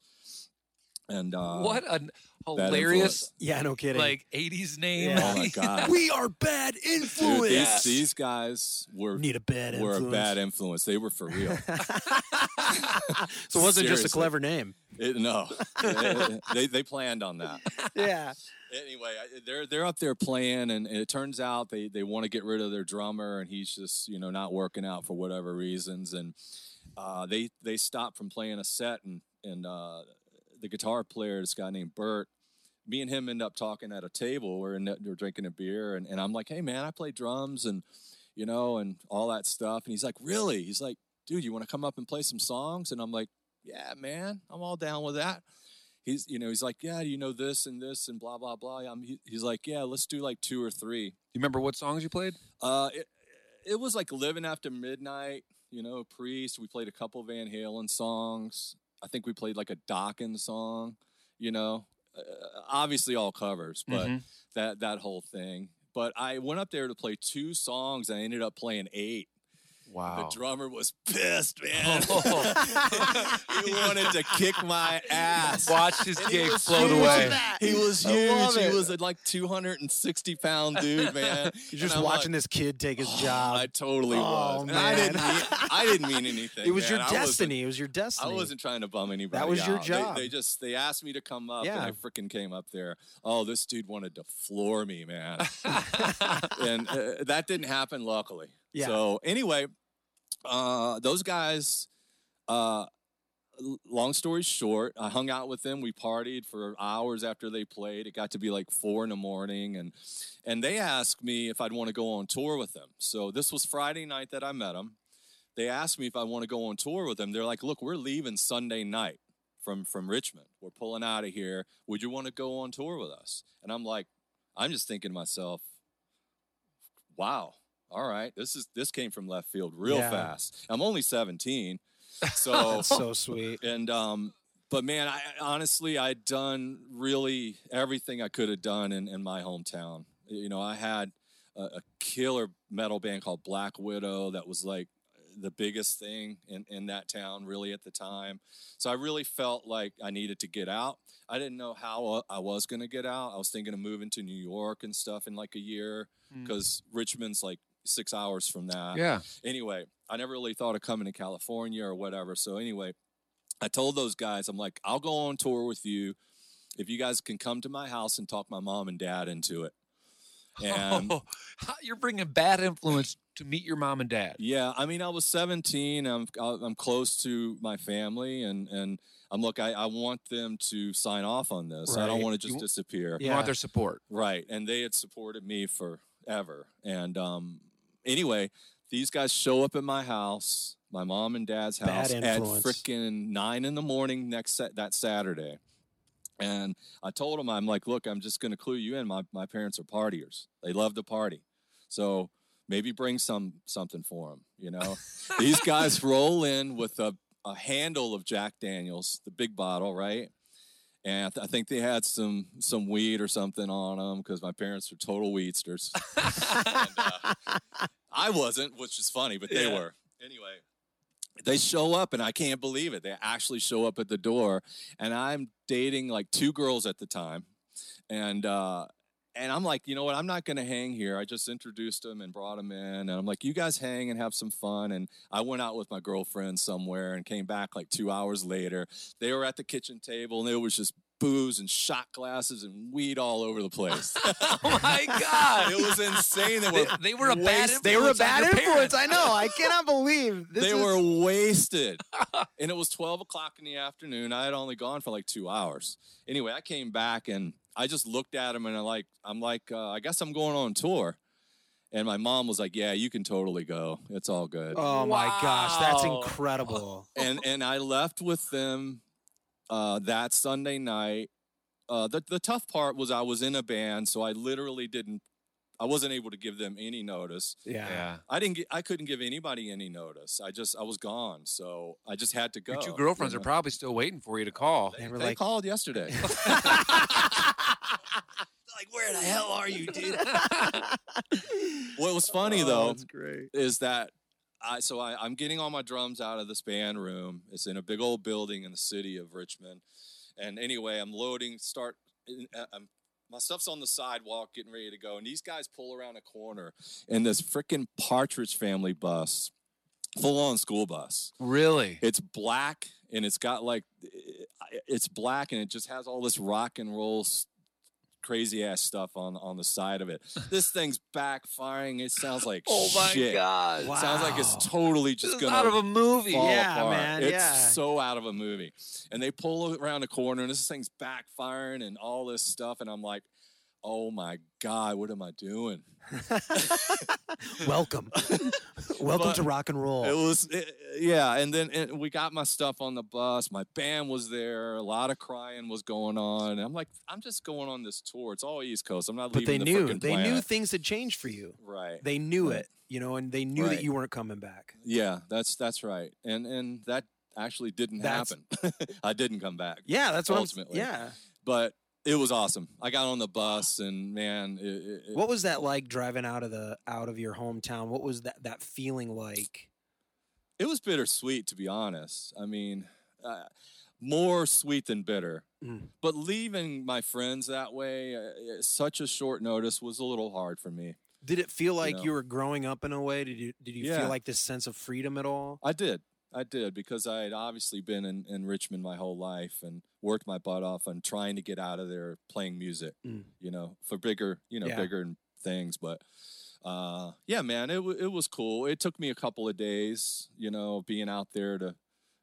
Speaker 5: and uh,
Speaker 3: what a
Speaker 5: Bad
Speaker 3: hilarious,
Speaker 4: Yeah. No kidding.
Speaker 3: like 80s name.
Speaker 4: Yeah.
Speaker 5: Oh my
Speaker 3: [LAUGHS]
Speaker 5: god.
Speaker 4: we are bad
Speaker 5: Dude,
Speaker 4: influence.
Speaker 5: these, these guys were
Speaker 4: Need a bad
Speaker 5: were
Speaker 4: influence.
Speaker 5: a bad influence. They were for
Speaker 4: [LAUGHS]
Speaker 5: real.
Speaker 4: so it wasn't just
Speaker 5: Seriously.
Speaker 4: a clever name.
Speaker 5: It- no, They- they they planned on that.
Speaker 4: Yeah.
Speaker 5: Anyway, I- they're they're up there playing, and it turns out they they want to get rid of their drummer, and he's just you know not working out for whatever reasons, and uh, they they stopped from playing a set, and and uh, the guitar player, this guy named Bert, me and him end up talking at a table. We're in, we're drinking a beer, and, and I'm like, hey man, I play drums and you know and all that stuff. And he's like, really? He's like, dude, you want to come up and play some songs? And I'm like, yeah, man, I'm all down with that. He's you know he's like, yeah, you know this and this and blah blah blah. I'm, he, he's like, yeah, let's do like two or three.
Speaker 3: You remember what songs you played?
Speaker 5: Uh, it, it was like living after midnight. You know, Priest. We played a couple Van Halen songs. I think we played like a Dawkins song. You know, uh, obviously all covers, but
Speaker 3: Mhm.
Speaker 5: that that whole thing. But I went up there to play two songs, and I ended up playing eight.
Speaker 3: Wow.
Speaker 5: The drummer was pissed, man. [LAUGHS] he wanted to kick my
Speaker 3: [LAUGHS]
Speaker 5: ass.
Speaker 3: Watch his gig float
Speaker 5: huge.
Speaker 3: away.
Speaker 5: He
Speaker 4: [LAUGHS]
Speaker 5: was
Speaker 4: I
Speaker 5: huge.
Speaker 4: love
Speaker 5: He
Speaker 4: it.
Speaker 5: was a like 260 pound dude, man.
Speaker 4: [LAUGHS] You're just
Speaker 5: And I'm
Speaker 4: watching
Speaker 5: like, "Oh,
Speaker 4: this kid take his
Speaker 5: I
Speaker 4: job.
Speaker 5: totally
Speaker 4: Oh,
Speaker 5: was. And I
Speaker 4: man.
Speaker 5: didn't. Mean, I didn't mean
Speaker 4: [LAUGHS]
Speaker 5: anything.
Speaker 4: It was
Speaker 5: man.
Speaker 4: your
Speaker 5: I wasn't-
Speaker 4: destiny. It was your destiny.
Speaker 5: I wasn't trying to bum anybody.
Speaker 4: was your
Speaker 5: out. They-
Speaker 4: job.
Speaker 5: They, just they asked me to come up, and
Speaker 4: Yeah.
Speaker 5: I freaking came up there. Oh, this dude wanted to floor me,
Speaker 4: [LAUGHS]
Speaker 5: man, and uh, that didn't happen. Luckily,
Speaker 4: Yeah.
Speaker 5: So anyway, uh, those guys. Uh, l- long story short, I hung out with them. We partied for hours after they played. It got to be like four in the morning, and and they asked me if I'd want to go on tour with them. So this was Friday night that I met them. They asked me if I want to go on tour with them. They're like, "Look, we're leaving Sunday night from from Richmond. We're pulling out of here. Would you want to go on tour with us?" And I'm like, I'm just thinking to myself, "Wow, all right, this is this came from left field real
Speaker 4: Yeah.
Speaker 5: fast. I'm only 17, so
Speaker 4: [LAUGHS] That's [LAUGHS] so sweet.
Speaker 5: and um, but man, I honestly I'd done really everything I could have done in, in my hometown. You know, I had a, a killer metal band called Black Widow that was like the biggest thing in, in that town really at the time. So I really felt like I needed to get out. I didn't know how uh, I was going to get out. I was thinking of moving to New York and stuff in like a year because Richmond's like six hours from that
Speaker 3: Mm. yeah.
Speaker 5: anyway, I never really thought of coming to California or whatever. So anyway, I told those guys, I'm like, I'll go on tour with you if you guys can come to my house and talk my mom and dad into
Speaker 4: [LAUGHS]
Speaker 5: it.
Speaker 4: Oh.
Speaker 5: And
Speaker 3: Oh, How- you're bringing bad influence to meet your mom and dad.
Speaker 5: yeah, I mean, I was 17. I'm I'm close to my family, and and I'm look, I, I want them to sign off on this. I don't
Speaker 4: Right.
Speaker 5: want to
Speaker 3: You-
Speaker 5: just disappear.
Speaker 3: You
Speaker 4: Yeah.
Speaker 3: want their support.
Speaker 5: Right. And they had supported me forever. And um, anyway, these guys show up at my house, my mom and dad's
Speaker 4: Bad
Speaker 5: house, at
Speaker 4: influence.
Speaker 5: freaking nine in the morning next sa- that Saturday. And I told them, I'm like, look, I'm just going to clue you in. My, my parents are partiers. They love to party. So maybe bring some something for them,
Speaker 4: [LAUGHS]
Speaker 5: you know? these guys roll in with a, a handle of Jack Daniels, the big bottle, right? And I, th- I think they had some some weed or something on them because my parents are total weedsters. And, uh, I wasn't, which is funny, but they
Speaker 3: Yeah.
Speaker 5: were. Anyway, they show up, and I can't believe it. They actually show up at the door, and I'm dating like two girls at the time, and uh, and I'm like, you know what? I'm not going to hang here. I just introduced them and brought them in, and I'm like, you guys hang and have some fun. And I went out with my girlfriend somewhere and came back like two hours later. They were at the kitchen table, and it was just booze and shot glasses and weed all over
Speaker 4: [LAUGHS]
Speaker 5: the place.
Speaker 3: [LAUGHS] Oh my God.
Speaker 5: it was insane. They
Speaker 3: [LAUGHS] They, they
Speaker 5: were
Speaker 3: were a bad influence.
Speaker 4: They were a bad
Speaker 3: on your parents.
Speaker 4: influence. I know. I cannot believe this
Speaker 5: they
Speaker 4: is-
Speaker 5: were
Speaker 4: [LAUGHS]
Speaker 5: wasted. and it was 12 o'clock in the afternoon. I had only gone for like two hours. Anyway, I came back and I just looked at him and I like, I'm like, uh, I guess I'm going on tour. And my mom was like, Yeah, you can totally go. It's all good.
Speaker 4: Oh my gosh, that's
Speaker 3: Wow.
Speaker 4: incredible.
Speaker 5: and and I left with them uh, that Sunday night. Uh, the the tough part was I was in a band, so I literally didn't. I wasn't able to give them any notice.
Speaker 4: Yeah.
Speaker 3: Yeah.
Speaker 5: I didn't. gi- I couldn't give anybody any notice. I just. I was gone, so I just had to go.
Speaker 3: Your two girlfriends
Speaker 5: you
Speaker 3: are
Speaker 5: know?
Speaker 3: probably still waiting for you to call.
Speaker 4: They were
Speaker 5: They
Speaker 4: like, [LAUGHS]
Speaker 5: called yesterday. [LAUGHS]
Speaker 3: Like, where the hell are you,
Speaker 4: [LAUGHS]
Speaker 3: dude?
Speaker 5: what was funny
Speaker 4: Oh,
Speaker 5: though
Speaker 4: That's great.
Speaker 5: is that I so I, I'm getting all my drums out of this band room. It's in a big old building in the city of Richmond. And anyway, I'm loading. Start. uh, I'm, my stuff's on the sidewalk, getting ready to go. And these guys pull around a corner, and this freaking Partridge Family bus, full on school bus.
Speaker 3: really?
Speaker 5: It's black and it's got like it's black and it just has all this rock and roll s- crazy ass stuff on on the
Speaker 3: [LAUGHS]
Speaker 5: side of it. This thing's backfiring. It sounds like
Speaker 2: Oh
Speaker 5: shit.
Speaker 3: Oh God.
Speaker 4: Wow.
Speaker 5: Sounds like it's totally
Speaker 3: This
Speaker 5: just
Speaker 3: is
Speaker 5: gonna
Speaker 3: out of a movie.
Speaker 5: fall
Speaker 4: Yeah,
Speaker 5: apart.
Speaker 4: man,
Speaker 5: It's
Speaker 4: yeah.
Speaker 5: so out of a movie. And they pull around the corner and this thing's backfiring and all this stuff and I'm like, "Oh my god, what am I doing?"
Speaker 4: Welcome. [LAUGHS] Welcome
Speaker 5: But-
Speaker 4: to rock and roll.
Speaker 5: It was, it- yeah. And then it, we got my stuff on the bus. My band was there. A lot of crying was going on. And I'm like, I'm just going on this tour. It's all East Coast. I'm not
Speaker 4: but
Speaker 5: leaving.
Speaker 4: they
Speaker 5: the
Speaker 4: knew.
Speaker 5: frickin'
Speaker 4: They knew
Speaker 5: planet.
Speaker 4: things had changed for you.
Speaker 5: right.
Speaker 4: They knew
Speaker 5: Right.
Speaker 4: it, you know, and they knew
Speaker 5: Right.
Speaker 4: that you weren't coming back.
Speaker 5: yeah, that's that's right. And and that actually didn't
Speaker 4: That's-
Speaker 5: happen. [LAUGHS] I didn't come back.
Speaker 4: Yeah, that's what
Speaker 5: Ultimately.
Speaker 4: I'm Yeah.
Speaker 5: But it was awesome. I got on the bus and man, it, it, it-
Speaker 4: What was that like driving out of the out of your hometown? What was that that feeling like?
Speaker 5: it was bittersweet to be honest. I mean, uh, more sweet than bitter.
Speaker 4: Mm.
Speaker 5: But leaving my friends that way, uh, such a short notice, was a little hard for me.
Speaker 4: Did it feel like you,
Speaker 5: know.
Speaker 4: were growing up in a way? Did you did you
Speaker 5: Yeah.
Speaker 4: feel like this sense of freedom at all?
Speaker 5: I did. I did because I had obviously been in, in Richmond my whole life and worked my butt off on trying to get out of there playing music,
Speaker 4: Mm.
Speaker 5: you know, for bigger, you know,
Speaker 4: Yeah.
Speaker 5: bigger and things. But uh, yeah, man, it, wa- it was cool. It took me a couple of days, you know, being out there to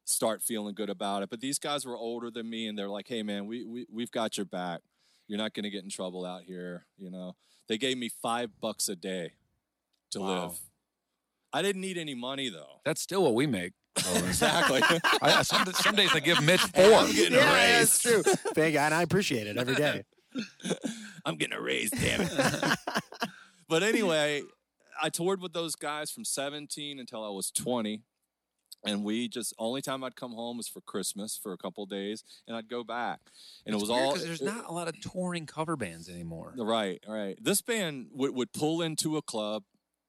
Speaker 5: start feeling good about it. But these guys were older than me and they're like, hey, man, we, we, we've got your back. You're not going to get in trouble out here, you know. They gave me five bucks a day to
Speaker 3: Wow.
Speaker 5: live. I didn't need any money though.
Speaker 3: That's still what we make. [LAUGHS]
Speaker 5: Exactly.
Speaker 3: Oh,
Speaker 5: [LAUGHS]
Speaker 3: I, some, some days they give Mitch [LAUGHS] four.
Speaker 5: I'm getting a
Speaker 4: yeah, that's
Speaker 5: raise. [LAUGHS]
Speaker 4: true. Thank you, and I appreciate it every day.
Speaker 3: [LAUGHS]
Speaker 5: I'm getting a raise, damn it. but anyway, I toured with those guys from 17 until I was 20. And we just only time I'd come home was for Christmas for a couple days, and I'd go back, and it was all
Speaker 3: because there's
Speaker 5: it-
Speaker 3: not a lot of touring cover bands anymore.
Speaker 5: Right, right. This band would, would pull into a club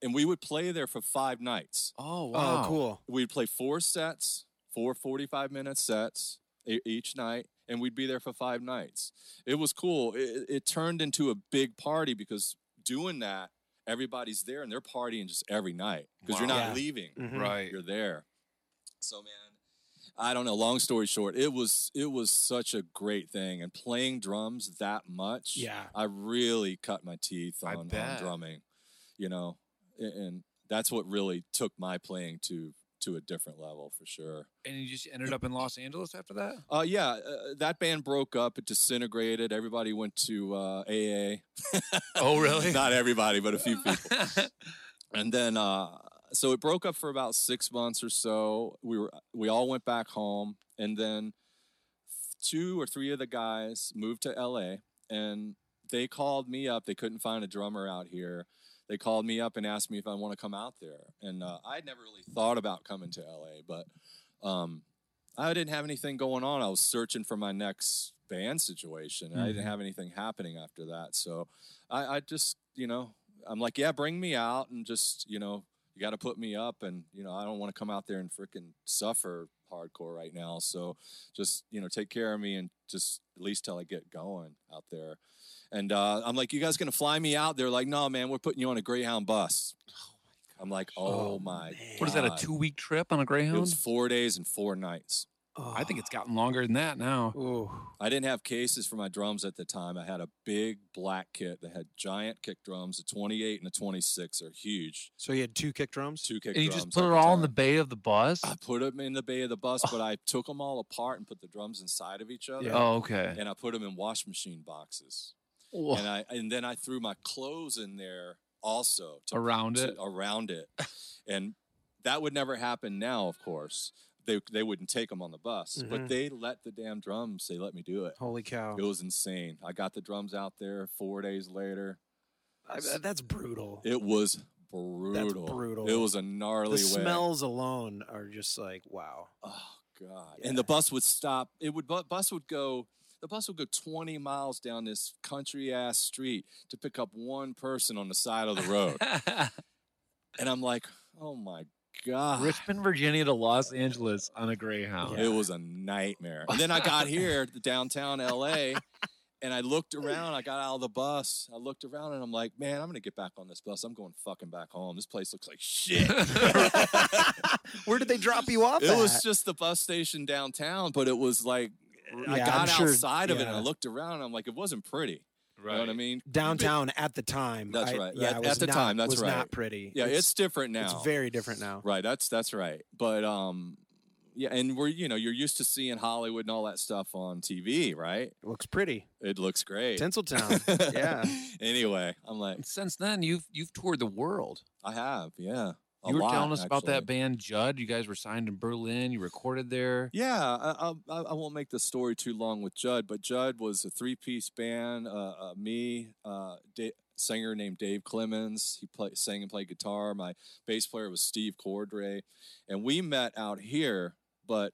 Speaker 5: and we would play there for five nights.
Speaker 3: Oh
Speaker 4: [LAUGHS] Oh, cool.
Speaker 5: We'd play four sets, four 45 minute sets e- each night, and we'd be there for five nights. It was cool. It, it- it turned into a big party because doing that, everybody's there and they're partying just every night because you're
Speaker 3: Wow.
Speaker 5: not
Speaker 4: Yeah.
Speaker 5: leaving
Speaker 4: Mhm.
Speaker 3: Right.
Speaker 5: you're there. So man, I don't know. Long story short, it was it was such a great thing, and playing drums that much,
Speaker 4: Yeah.
Speaker 5: I really cut my teeth
Speaker 3: I
Speaker 5: on, on
Speaker 3: bet.
Speaker 5: drumming. You know, A- and that's what really took my playing to to a different level for sure.
Speaker 3: And you just ended up in Los Angeles after that?
Speaker 5: Uh, yeah, uh, that band broke up. It disintegrated. Everybody went to uh, AA.
Speaker 3: Oh, really?
Speaker 5: [LAUGHS] Not everybody, but
Speaker 3: [LAUGHS]
Speaker 5: a few people. and then uh, so it broke up for about six months or so. We were we all went back home, and then two or three of the guys moved to L.A. and they called me up. They couldn't find a drummer out here. They called me up and asked me if I want to come out there, and uh, I'd never really thought about coming to L.A., but um, I didn't have anything going on. I was searching for my next band situation. and I didn't
Speaker 3: Mhm.
Speaker 5: have anything happening after that, so I, I just you know I'm like, yeah, bring me out and just, you know, you got to put me up. And, you know, I don't want to come out there and freaking suffer hardcore right now. So just, you know, take care of me and just at least till I get going out there. And uh, I'm like, you guys going to fly me out? They're like, no, man, we're putting you on a Greyhound bus. I'm like, oh,
Speaker 4: Oh,
Speaker 5: my.
Speaker 4: man.
Speaker 3: what is that, a
Speaker 5: God."
Speaker 3: two week trip on a
Speaker 5: It
Speaker 3: Greyhound?
Speaker 5: was four days and four nights.
Speaker 3: I think it's gotten longer than that now.
Speaker 4: Ooh.
Speaker 5: I didn't have cases for my drums at the time. I had a big black kit that had giant kick drums, a 28 and a 26 are huge.
Speaker 4: So you had two kick drums.
Speaker 5: Two kick
Speaker 3: And you
Speaker 5: drums.
Speaker 3: just put
Speaker 5: at
Speaker 3: it all in
Speaker 5: time. Ah,
Speaker 3: the bay of the bus?
Speaker 5: I put them in the bay of the bus, but I took them all apart and put the drums inside of each other,
Speaker 3: Oh, okay.
Speaker 5: and I put them in wash machine boxes,
Speaker 3: Whoa.
Speaker 5: and I and then I threw my clothes in there also to,
Speaker 3: Around
Speaker 5: to-
Speaker 3: it. [LAUGHS]
Speaker 5: around it, and that would never happen now. Of course, they they wouldn't take them on the bus, but
Speaker 3: Mm-hmm.
Speaker 4: Mhm.
Speaker 5: they let the damn drums. They let me do it.
Speaker 4: Holy cow!
Speaker 5: It was insane. I got the drums out there four days later.
Speaker 4: I- I- that's brutal.
Speaker 5: It was brutal.
Speaker 4: brutal.
Speaker 5: It was a gnarly
Speaker 4: the
Speaker 5: way.
Speaker 4: smells alone are just like
Speaker 5: [LAUGHS]
Speaker 4: wow. [LAUGHS]
Speaker 5: Oh God! And the bus would stop. It would bu- bus would go. The bus would go 20 miles down this country ass street to pick up one person on the side of the road. and I'm like, oh my God.
Speaker 3: Richmond, Virginia to Los Angeles on a Greyhound.
Speaker 5: It was a nightmare. And then I got here to downtown LA and I looked around. I got out of the bus. I looked around and I'm like, man, I'm going to get back on this bus. I'm going fucking back home. This place looks like shit. [LAUGHS]
Speaker 4: Where did they drop you off?
Speaker 5: It was
Speaker 4: at?
Speaker 5: just the bus station downtown, but it was like I
Speaker 4: Yeah,
Speaker 5: got
Speaker 4: I'm sure-
Speaker 5: outside of it and I
Speaker 4: yeah.
Speaker 5: looked around. And I'm like, it wasn't pretty. You know what I mean?
Speaker 4: downtown at the time.
Speaker 5: That's
Speaker 4: I-
Speaker 5: right.
Speaker 4: Yeah,
Speaker 5: At-
Speaker 4: it was
Speaker 5: at the
Speaker 4: not-
Speaker 5: time, that's
Speaker 4: was
Speaker 5: right.
Speaker 4: Not pretty.
Speaker 5: Yeah, it's, different now.
Speaker 4: It's very different now.
Speaker 5: right. That's that's right. But um, yeah, and we're you know you're used to seeing Hollywood and all that stuff on TV, right?
Speaker 4: It looks pretty.
Speaker 5: It looks great.
Speaker 4: Tinseltown.
Speaker 5: [LAUGHS]
Speaker 4: yeah.
Speaker 5: anyway, I'm like,
Speaker 3: Since then, you've you've toured the world.
Speaker 5: I have, yeah. a
Speaker 3: you were
Speaker 5: lot,
Speaker 3: telling us about that
Speaker 5: actually.
Speaker 3: band Judd. You guys were signed in Berlin. You recorded there.
Speaker 5: Yeah, I, I, I won't make the story too long with Judd, but Judd was a three piece band. Uh, uh, me, uh, da- singer named Dave Clemens, he play, sang and played guitar. My bass player was Steve Cordray. And we met out here, but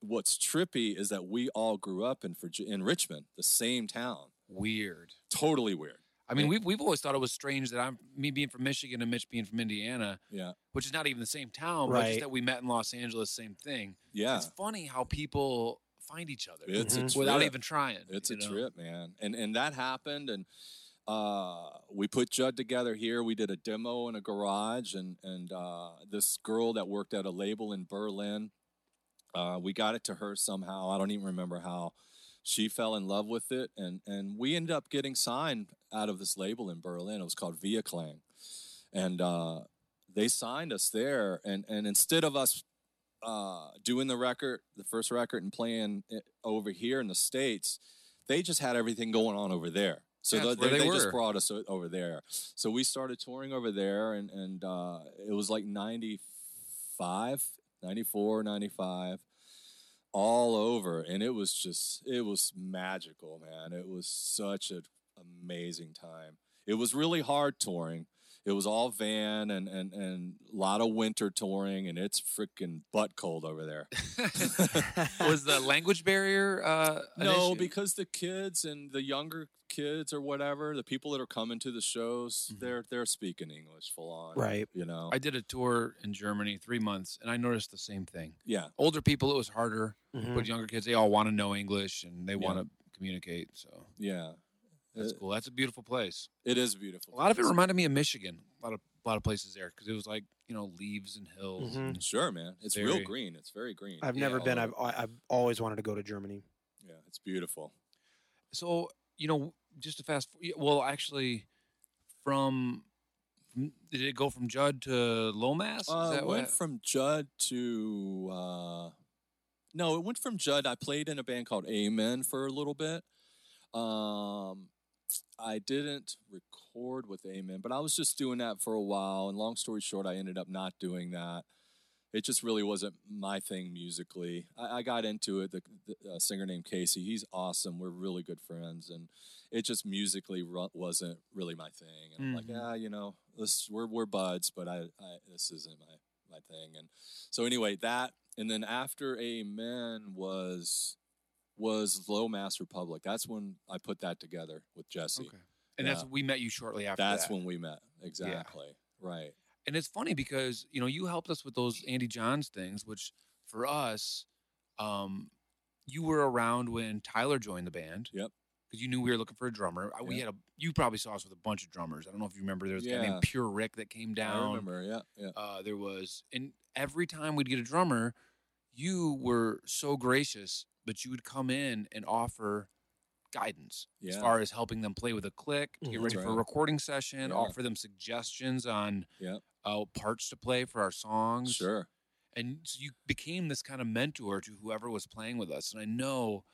Speaker 5: what's trippy is that we all grew up in, Virgi- in Richmond, the same town.
Speaker 3: Weird.
Speaker 5: Totally weird.
Speaker 3: I mean,
Speaker 5: Yeah.
Speaker 3: we've we've always thought it was strange that I'm me being from Michigan and Mitch being from Indiana,
Speaker 5: Yeah.
Speaker 3: which is not even the same town, but just
Speaker 4: Right.
Speaker 3: that we met in Los Angeles, same thing.
Speaker 5: Yeah.
Speaker 3: It's funny how people find each other
Speaker 5: It's
Speaker 4: Mhm.
Speaker 5: a
Speaker 3: without
Speaker 5: trip.
Speaker 3: even trying.
Speaker 5: It's
Speaker 3: you
Speaker 5: a
Speaker 3: know?
Speaker 5: trip, man. And and that happened and uh, we put Judd together here. We did a demo in a garage and and uh, this girl that worked at a label in Berlin, uh, we got it to her somehow. I don't even remember how. She fell in love with it and and we ended up getting signed out of this label in Berlin. It was called Via Klang. And uh, they signed us there and and instead of us uh, doing the record, the first record, and playing it over here in the states, they just had everything going on over there. So
Speaker 3: That's
Speaker 5: th-
Speaker 3: where
Speaker 5: they,
Speaker 3: they
Speaker 5: they just
Speaker 3: were.
Speaker 5: brought us o- over there. So we started touring over there, and and uh, it was like 95, 94, 95, all over, and it was just it was magical, man. It was such an amazing time. It was really hard touring it was all van and and and a lot of winter touring, and it's freaking butt cold over there.
Speaker 3: was the language barrier uh, [LAUGHS] an
Speaker 5: no,
Speaker 3: issue?
Speaker 5: because the kids and the younger kids or whatever, the people that are coming to the shows,
Speaker 4: Mhm.
Speaker 5: they're they're speaking English full on,
Speaker 4: Right.
Speaker 5: You know,
Speaker 3: Mm-hmm. I did a tour in Germany three months, and I noticed the same thing.
Speaker 5: yeah,
Speaker 3: Older people, it was harder,
Speaker 4: Mhm.
Speaker 3: but younger kids, they all want to know English and they
Speaker 5: Yeah.
Speaker 3: want to communicate. So
Speaker 5: yeah.
Speaker 3: that's
Speaker 5: Uh,
Speaker 3: cool. That's a beautiful place.
Speaker 5: It is beautiful.
Speaker 3: A lot of it
Speaker 5: place.
Speaker 3: reminded me of Michigan. A lot of a lot of places there because it was like you know leaves and hills.
Speaker 5: Mm-hmm.
Speaker 4: Mhm.
Speaker 3: and-
Speaker 5: Mm, Sure, man. It's real
Speaker 3: Very-
Speaker 5: green. It's very green.
Speaker 4: I've
Speaker 3: Yeah,
Speaker 4: never been.
Speaker 3: all
Speaker 4: I've I- I've always wanted to go to Germany.
Speaker 5: yeah, it's beautiful.
Speaker 3: So you know, just to fast. yeah, Well, actually, from from- did it go from Judd to Lomas? Is
Speaker 5: Uh,
Speaker 3: that
Speaker 5: it went
Speaker 3: what-
Speaker 5: from Judd to uh, no, it went from Judd. I played in a band called Amen for a little bit. Um, I didn't record with Amen, but I was just doing that for a while. And long story short, I ended up not doing that. It just really wasn't my thing musically. I, I got into it. The, the uh, singer named Casey, he's awesome. We're really good friends, and it just musically ru- wasn't really my thing. And I'm like,
Speaker 3: Mhm.
Speaker 5: ah, you know, this we're we're buds, but I, I this isn't my my thing. And so anyway, that and then after Amen was was Low Mass Republic. That's when I put that together with Jesse.
Speaker 3: Okay. And that's
Speaker 5: Yeah.
Speaker 3: we met you shortly after.
Speaker 5: That's
Speaker 3: that.
Speaker 5: when we met exactly. Right.
Speaker 3: and it's funny because you know you helped us with those Andy Johns things, which for us, um, you were around when Tyler joined the band.
Speaker 5: Yep.
Speaker 3: Because you knew we were looking for a drummer. I- We
Speaker 5: Yeah.
Speaker 3: had a you probably saw us with a bunch of drummers. I don't know if you remember. There was a guy
Speaker 5: Yeah.
Speaker 3: named Pure Rick that came
Speaker 5: I
Speaker 3: down.
Speaker 5: remember. Yeah. Yeah.
Speaker 3: Uh, there was, and every time we'd get a drummer, you were so gracious, but you would come in and offer guidance as
Speaker 5: Yeah. Mm-hmm.
Speaker 3: far as helping them play with a click,
Speaker 4: Mhm.
Speaker 3: get
Speaker 5: That's
Speaker 3: ready for a
Speaker 5: right.
Speaker 3: recording session,
Speaker 5: Yeah.
Speaker 3: offer them suggestions on
Speaker 5: Yep.
Speaker 3: uh, parts to play for our songs.
Speaker 5: Sure.
Speaker 3: And so you became this kind of mentor to whoever was playing with us. And I know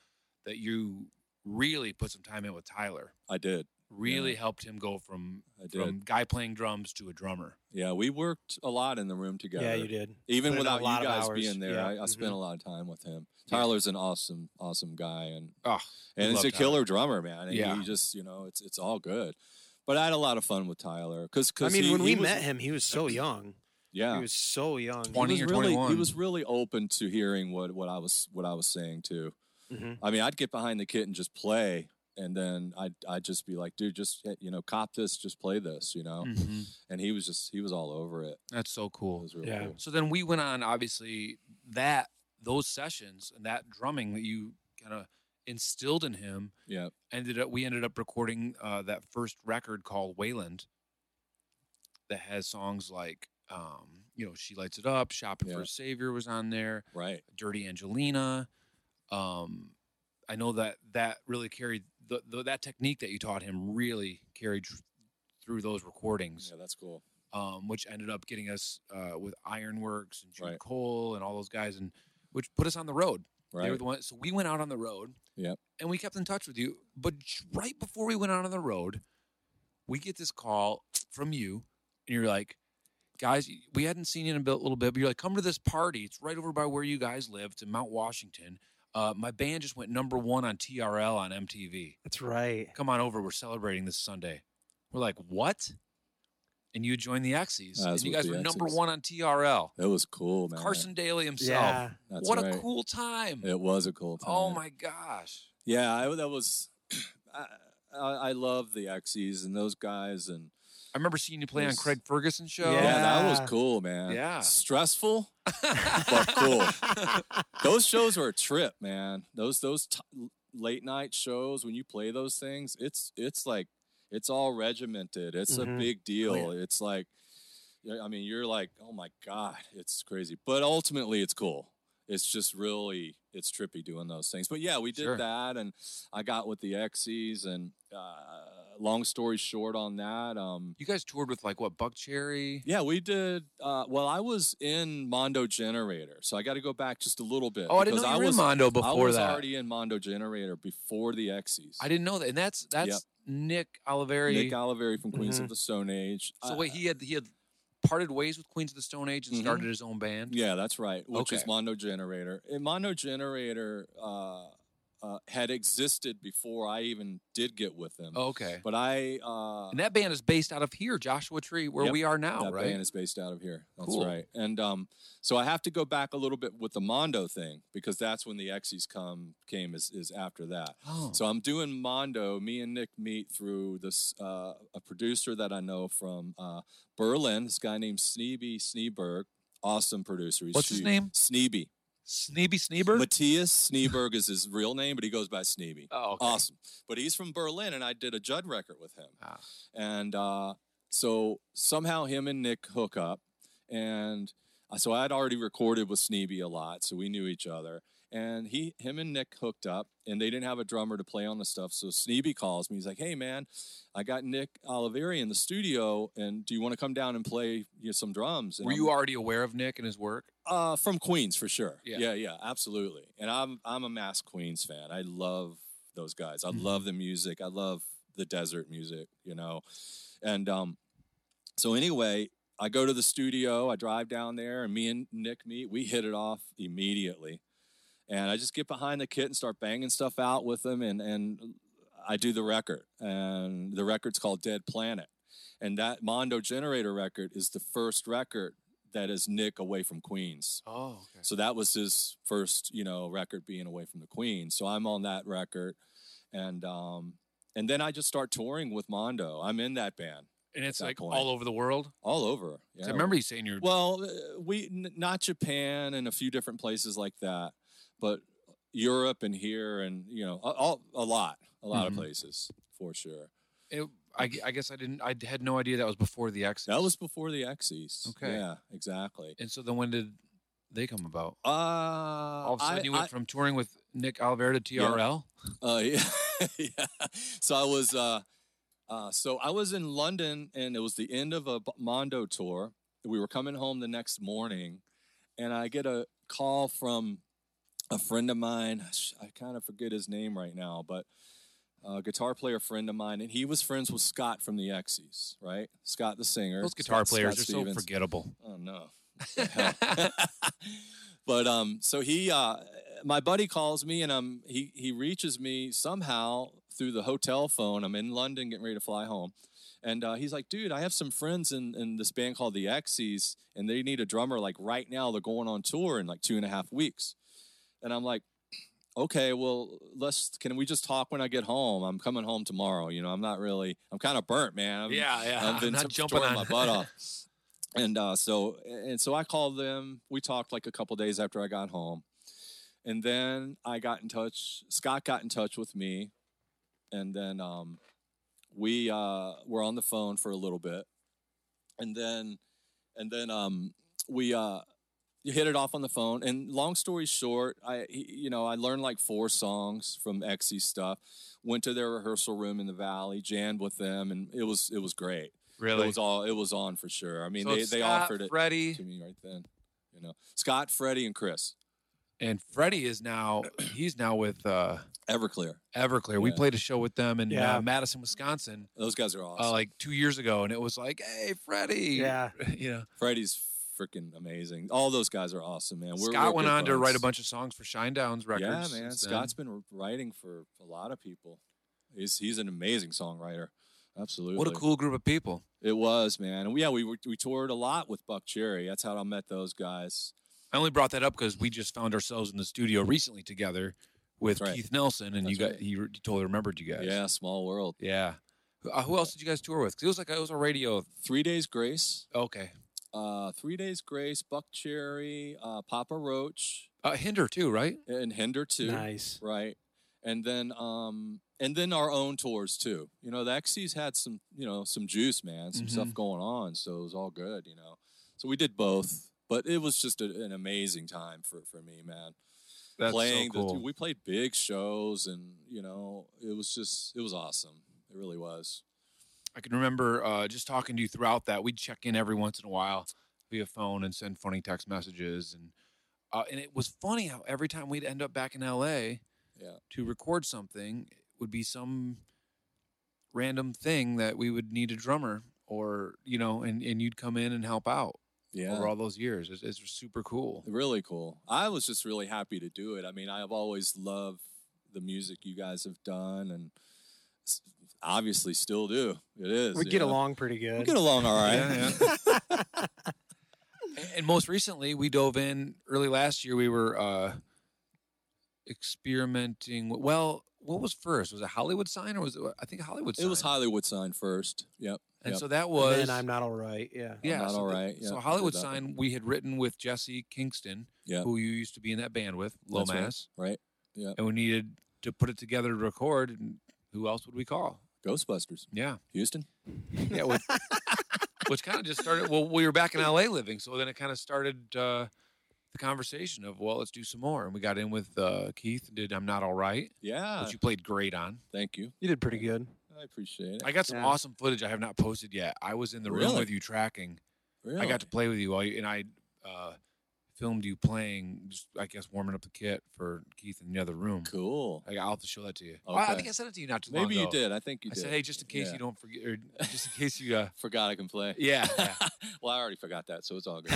Speaker 3: that you really put some time in with Tyler,
Speaker 5: I did.
Speaker 3: really helped him go from,
Speaker 5: I did.
Speaker 3: from guy playing drums to a drummer.
Speaker 5: yeah. We worked a lot in the room together.
Speaker 4: Yeah, you did.
Speaker 5: Even
Speaker 4: Put in a
Speaker 5: without
Speaker 4: lot
Speaker 5: you
Speaker 4: of
Speaker 5: guys
Speaker 4: hours.
Speaker 5: being there,
Speaker 4: Yeah,
Speaker 5: I, I spent
Speaker 4: mhm.
Speaker 5: a lot of time with him.
Speaker 3: Yeah.
Speaker 5: Tyler's an awesome, awesome guy, and
Speaker 3: Oh, we
Speaker 5: and it's
Speaker 3: love
Speaker 5: a
Speaker 3: Tyler.
Speaker 5: killer drummer, man. And
Speaker 3: Yeah.
Speaker 5: he just you know, it's it's all good. But I had a lot of fun with Tyler because
Speaker 4: I mean,
Speaker 5: he,
Speaker 4: when
Speaker 5: he
Speaker 4: we
Speaker 5: was-
Speaker 4: met him, he was so young.
Speaker 5: yeah,
Speaker 4: He was so young.
Speaker 5: He
Speaker 3: 20
Speaker 5: was
Speaker 3: or
Speaker 5: really,
Speaker 3: 21.
Speaker 5: He was really open to hearing what, what I was what I was saying too.
Speaker 4: Mhm.
Speaker 5: I mean, I'd get behind the kit and just play, and then I'd I'd just be like, dude, just eh, you know, cop this, just play this, you know.
Speaker 3: Mhm.
Speaker 5: And he was just he was all over it.
Speaker 3: That's so
Speaker 5: It
Speaker 3: cool.
Speaker 5: was really
Speaker 4: Yeah.
Speaker 5: cool.
Speaker 3: So then we went on, obviously, that those sessions and that drumming that you kind of instilled in him
Speaker 5: Yeah,
Speaker 3: ended up we ended up recording uh, that first record called Wayland that has songs like um, you know she lights it up shopping for
Speaker 5: Yeah.
Speaker 3: a savior was on there
Speaker 5: right.
Speaker 3: dirty angelina um, i know that that really carried the, the, that technique that you taught him really carried tr- through those recordings
Speaker 5: Yeah, that's cool.
Speaker 3: um, which ended up getting us uh, with ironworks and Jude
Speaker 5: Right.
Speaker 3: cole and all those guys and which put us on the road they
Speaker 5: Right.
Speaker 3: were the ones. So we went out on the road.
Speaker 5: Yep.
Speaker 3: And we kept in touch with you. But j- right before we went out on the road, we get this call from you, and you're like, "Guys, y- we hadn't seen you in a bit, little bit, but you're like, come to this party. It's right over by where you guys live. It's in Mount Washington. Uh, my band just went number one on TRL on MTV.
Speaker 4: That's right.
Speaker 3: Come on over. We're celebrating this Sunday. We're like, what? And you joined the X's,
Speaker 5: I
Speaker 3: and
Speaker 5: was
Speaker 3: you
Speaker 5: with
Speaker 3: guys
Speaker 5: the
Speaker 3: were number
Speaker 5: X's.
Speaker 3: one on TRL.
Speaker 5: It was cool, man.
Speaker 3: Carson Daly himself.
Speaker 4: Yeah.
Speaker 5: That's
Speaker 3: what a
Speaker 5: right.
Speaker 3: cool time.
Speaker 5: It was a cool time.
Speaker 3: Oh my gosh.
Speaker 5: Yeah, I, that was. [CLEARS THROAT] I, I, I love the X's and those guys, and
Speaker 3: I remember seeing you play on
Speaker 5: Yes.
Speaker 3: Craig Ferguson show.
Speaker 5: yeah, that
Speaker 4: Yeah.
Speaker 5: was cool, man.
Speaker 3: Yeah.
Speaker 5: stressful. but cool. [LAUGHS] those shows are a trip, man. Those those t- late night shows when you play those things, it's it's like it's all regimented. It's a
Speaker 4: Mhm.
Speaker 3: Mm-hmm. Oh,
Speaker 5: big deal.
Speaker 4: yeah.
Speaker 5: It's like I mean, you're like, "Oh my god, it's crazy." But ultimately it's cool. It's just really it's trippy doing those things. But yeah, we did
Speaker 3: Sure.
Speaker 5: that and I got with the X's and uh, long story short on that, um
Speaker 3: [LAUGHS] You guys toured with like what Buck Cherry?
Speaker 5: yeah, we did. Uh, well, I was in Mondo Generator, so I got to go back just a little bit.
Speaker 3: Oh, I didn't
Speaker 5: because
Speaker 3: know you were
Speaker 5: was,
Speaker 3: in Mondo
Speaker 5: I
Speaker 3: before
Speaker 5: was
Speaker 3: that.
Speaker 5: already in Mondo Generator before the X's.
Speaker 3: I didn't know that, and that's that's
Speaker 5: Yep.
Speaker 3: Nick Oliveri.
Speaker 5: Nick uh, Oliveri from Queens
Speaker 4: Mhm.
Speaker 5: of the Stone Age.
Speaker 3: Mm-hmm. so
Speaker 5: I-
Speaker 3: wait, he had he had parted ways with Queens of the Stone Age and
Speaker 5: Mhm.
Speaker 3: started his own band.
Speaker 5: Yeah, that's right. Which is
Speaker 3: Okay.
Speaker 5: Mondo Generator. In Mondo Generator, uh, uh, had existed before I even did get with them.
Speaker 3: Oh, Okay.
Speaker 5: But I uh,
Speaker 3: And that band is based out of here, Joshua Tree, where
Speaker 5: Yep,
Speaker 3: we are now,
Speaker 5: that
Speaker 3: right?
Speaker 5: band is based out of here. That's
Speaker 3: Cool.
Speaker 5: right. And um, so I have to go back a little bit with the Mondo thing because that's when the X's come came is is after that.
Speaker 3: oh.
Speaker 5: So I'm doing Mondo. Me and Nick meet through this uh, a producer that I know from uh, Berlin. This guy named Sneeby Sneeberg, awesome producer. He's
Speaker 3: What's his
Speaker 5: huge.
Speaker 3: name?
Speaker 5: Sneeby.
Speaker 3: Sneeby Sneeber?
Speaker 5: Matthias Sneeberg is his real name, but he goes by Sneeby.
Speaker 3: oh, okay.
Speaker 5: Awesome. But he's from Berlin, and I did a Judd record with him.
Speaker 3: Ah.
Speaker 5: And uh, so somehow him and Nick hook up. And uh, so I'd already recorded with Sneeby a lot, so we knew each other. And he, him and Nick hooked up, and they didn't have a drummer to play on the stuff. So Sneeby calls me. He's like, "Hey man, I got Nick Oliveri in the studio, and do you want to come down and play you know, some drums?" And
Speaker 3: Were
Speaker 5: I'm
Speaker 3: you already aware of Nick and his work?
Speaker 5: uh, from Queens for sure.
Speaker 3: Yeah.
Speaker 5: Yeah. yeah, absolutely. And I'm I'm a mass Queens fan. I love those guys. I
Speaker 3: Mhm.
Speaker 5: love the music. I love the desert music. You know, and um, so anyway, I go to the studio. I drive down there, and me and Nick meet. We hit it off immediately, and I just get behind the kit and start banging stuff out with them, and and I do the record, and the record's called Dead Planet, and that Mondo Generator record is the first record that is Nick away from Queens.
Speaker 3: Oh, okay.
Speaker 5: So that was his first, you know, record being away from the Queen. So I'm on that record, and um, and then I just start touring with Mondo. I'm in that band
Speaker 3: And it's
Speaker 5: That
Speaker 3: like
Speaker 5: point.
Speaker 3: all over the world. 'Cause
Speaker 5: all over. Yeah.
Speaker 3: I remember you saying you're
Speaker 5: Well, uh, we n- not Japan and a few different places like that, but Europe and here and you know, a- all a lot, a lot
Speaker 3: Mhm.
Speaker 5: of places for sure.
Speaker 3: It, I, gu- I guess I didn't. I had no idea that was before the X.
Speaker 5: That was before the X's.
Speaker 3: Okay.
Speaker 5: Yeah, exactly.
Speaker 3: And so then when did they come about?
Speaker 5: Uh,
Speaker 3: All of a sudden,
Speaker 5: I-
Speaker 3: you went
Speaker 5: I-
Speaker 3: from touring with Nick Olivera to
Speaker 5: Yeah.
Speaker 3: TRL.
Speaker 5: Uh, [LAUGHS] yeah. yeah. So I was, uh, uh, so I was in London, and it was the end of a B- Mondo tour. We were coming home the next morning, and I get a call from a friend of mine. Sh- I kind of forget his name right now, but a guitar player friend of mine, and he was friends with Scott from the X's, right? Scott the singer.
Speaker 3: Those guitar
Speaker 5: Scott-
Speaker 3: players
Speaker 5: Scott
Speaker 3: are so
Speaker 5: Stevens.
Speaker 3: forgettable.
Speaker 5: Oh no. What the hell? [LAUGHS] but um so he uh my buddy calls me and um he he reaches me somehow through the hotel phone. I'm in London getting ready to fly home. And uh, he's like, dude, I have some friends in, in this band called the X's, and they need a drummer like right now. They're going on tour in like two and a half weeks. And I'm like, okay, well, let's can we just talk when I get home? I'm coming home tomorrow. You know, I'm not really, I'm kind of burnt, man. I'm,
Speaker 3: yeah, yeah.
Speaker 5: I've been
Speaker 3: Uh, not
Speaker 5: t-
Speaker 3: jumping
Speaker 5: throwing
Speaker 3: on
Speaker 5: my
Speaker 3: [LAUGHS]
Speaker 5: butt off. And uh, so, and so I called them. We talked like a couple days after I got home, and then I got in touch. Scott got in touch with me, and then um, we uh, were on the phone for a little bit, and then, and then um, we uh, hit it off on the phone. And long story short, I he- you know I learned like four songs from Exy stuff. Went to their rehearsal room in the valley, jammed with them, and it was it was great.
Speaker 3: really.
Speaker 5: It was all it was on for sure. I mean,
Speaker 3: So
Speaker 5: they,
Speaker 3: it's
Speaker 5: they
Speaker 3: Scott,
Speaker 5: offered it
Speaker 3: Freddie
Speaker 5: to me right then. You know, Scott, Freddie, and Chris
Speaker 3: and Freddie is now. He's now with uh,
Speaker 5: Everclear.
Speaker 3: Everclear. We
Speaker 5: Yeah.
Speaker 3: played a show with them in
Speaker 4: Yeah.
Speaker 3: uh, Madison, Wisconsin,
Speaker 5: Those guys are awesome.
Speaker 3: uh, like two years ago, and it was like, "Hey, Freddie."
Speaker 4: Yeah.
Speaker 3: [LAUGHS] you know.
Speaker 5: Freddie's freaking amazing. All those guys are awesome, man. We're,
Speaker 3: Scott
Speaker 5: we're
Speaker 3: went
Speaker 5: good
Speaker 3: on to write a
Speaker 5: friends.
Speaker 3: bunch of songs for Shinedown's records.
Speaker 5: Yeah, man.
Speaker 3: since then.
Speaker 5: Scott's been writing for a lot of people. He's he's an amazing songwriter. Absolutely.
Speaker 3: what a cool group of people.
Speaker 5: It was, man. And we- yeah, we were- we toured a lot with Buck Cherry. That's how I met those guys.
Speaker 3: I only brought that up because we just found ourselves in the studio recently together with
Speaker 5: That's right.
Speaker 3: Keith Nelson, and you got
Speaker 5: That's right.
Speaker 3: he re- totally remembered you guys.
Speaker 5: Yeah, small world.
Speaker 3: yeah. Who- uh, who else did you guys tour with? 'Cause it was like it was a radio.
Speaker 5: Three Days Grace.
Speaker 3: Okay,
Speaker 5: Uh, Three Days Grace, Buck Cherry, uh, Papa Roach,
Speaker 3: uh, Hinder too, right?
Speaker 5: and Hinder too,
Speaker 4: Nice.
Speaker 5: right? And then um and then our own tours too. You know, the XC's had some you know some juice, man, some stuff going on, so it was all good, you know. So we did both, but it was just a, an amazing time for for me, man.
Speaker 3: That's
Speaker 5: Playing
Speaker 3: so cool.
Speaker 5: the, we played big shows, and you know, it was just it was awesome. It really was.
Speaker 3: I can remember uh, just talking to you throughout that. We'd check in every once in a while via phone and send funny text messages, and uh, and it was funny how every time we'd end up back in L.A.
Speaker 5: Yeah.
Speaker 3: to record something, it would be some random thing that we would need a drummer or you know, and and you'd come in and help out
Speaker 5: Yeah.
Speaker 3: over all those years. It's, it's super cool.
Speaker 5: Really cool. I was just really happy to do it. I mean, I've always loved the music you guys have done and s- obviously still do. It is.
Speaker 4: we
Speaker 5: you
Speaker 4: get
Speaker 5: know.
Speaker 4: along pretty
Speaker 5: We
Speaker 4: good.
Speaker 5: get along all right.
Speaker 3: Yeah,
Speaker 4: [LAUGHS]
Speaker 3: A- And most recently, we dove in early last year. We were uh, experimenting. with- Well, what was first? Was it Hollywood Sign or was it, I think Hollywood Sign?
Speaker 5: [LAUGHS] It was Hollywood sign first. Yep.
Speaker 3: And
Speaker 5: yep.
Speaker 3: so that
Speaker 4: And
Speaker 3: was.
Speaker 4: then I'm not all right. Yeah.
Speaker 3: yeah,
Speaker 5: not
Speaker 3: so
Speaker 5: all
Speaker 3: the-
Speaker 5: right. Yeah,
Speaker 3: so
Speaker 5: we
Speaker 3: Hollywood
Speaker 5: did that
Speaker 3: Sign we had written with Jesse Kingston,
Speaker 5: Yeah.
Speaker 3: who you used to be in that band with,
Speaker 5: That's
Speaker 3: Lomass,
Speaker 5: right. Yeah.
Speaker 3: and we needed to put it together to record. And who else would we call?
Speaker 5: Ghostbusters.
Speaker 3: Yeah,
Speaker 5: Houston.
Speaker 3: yeah.
Speaker 5: [LAUGHS]
Speaker 3: Which, which kind of just started. Well, we were back in LA living, so then it kind of started uh, the conversation of, well, let's do some more. And we got in with uh, Keith. Did I'm not all right,
Speaker 5: Yeah.
Speaker 3: which you played great on.
Speaker 5: Thank you.
Speaker 4: You did pretty good.
Speaker 5: I appreciate it.
Speaker 3: I got some
Speaker 4: Yeah.
Speaker 3: awesome footage I have not posted yet. I was in the room
Speaker 5: Really?
Speaker 3: with you tracking.
Speaker 5: really?
Speaker 3: I got to play with you while you and I uh, filmed you playing, just I guess warming up the kit for Keith in the other room.
Speaker 5: cool.
Speaker 3: I, I'll have to show that to you. Oh, I
Speaker 5: Okay.
Speaker 3: think I sent it to you not too long
Speaker 5: Maybe you
Speaker 3: ago.
Speaker 5: did. I think you
Speaker 3: I
Speaker 5: did.
Speaker 3: said, hey, just in case
Speaker 5: Yeah.
Speaker 3: you don't forget,
Speaker 5: [LAUGHS]
Speaker 3: or just in case you, uh,
Speaker 5: Forgot I can play.
Speaker 3: yeah, yeah,
Speaker 5: [LAUGHS] well, I already forgot that, so it's
Speaker 3: [LAUGHS]
Speaker 5: all good.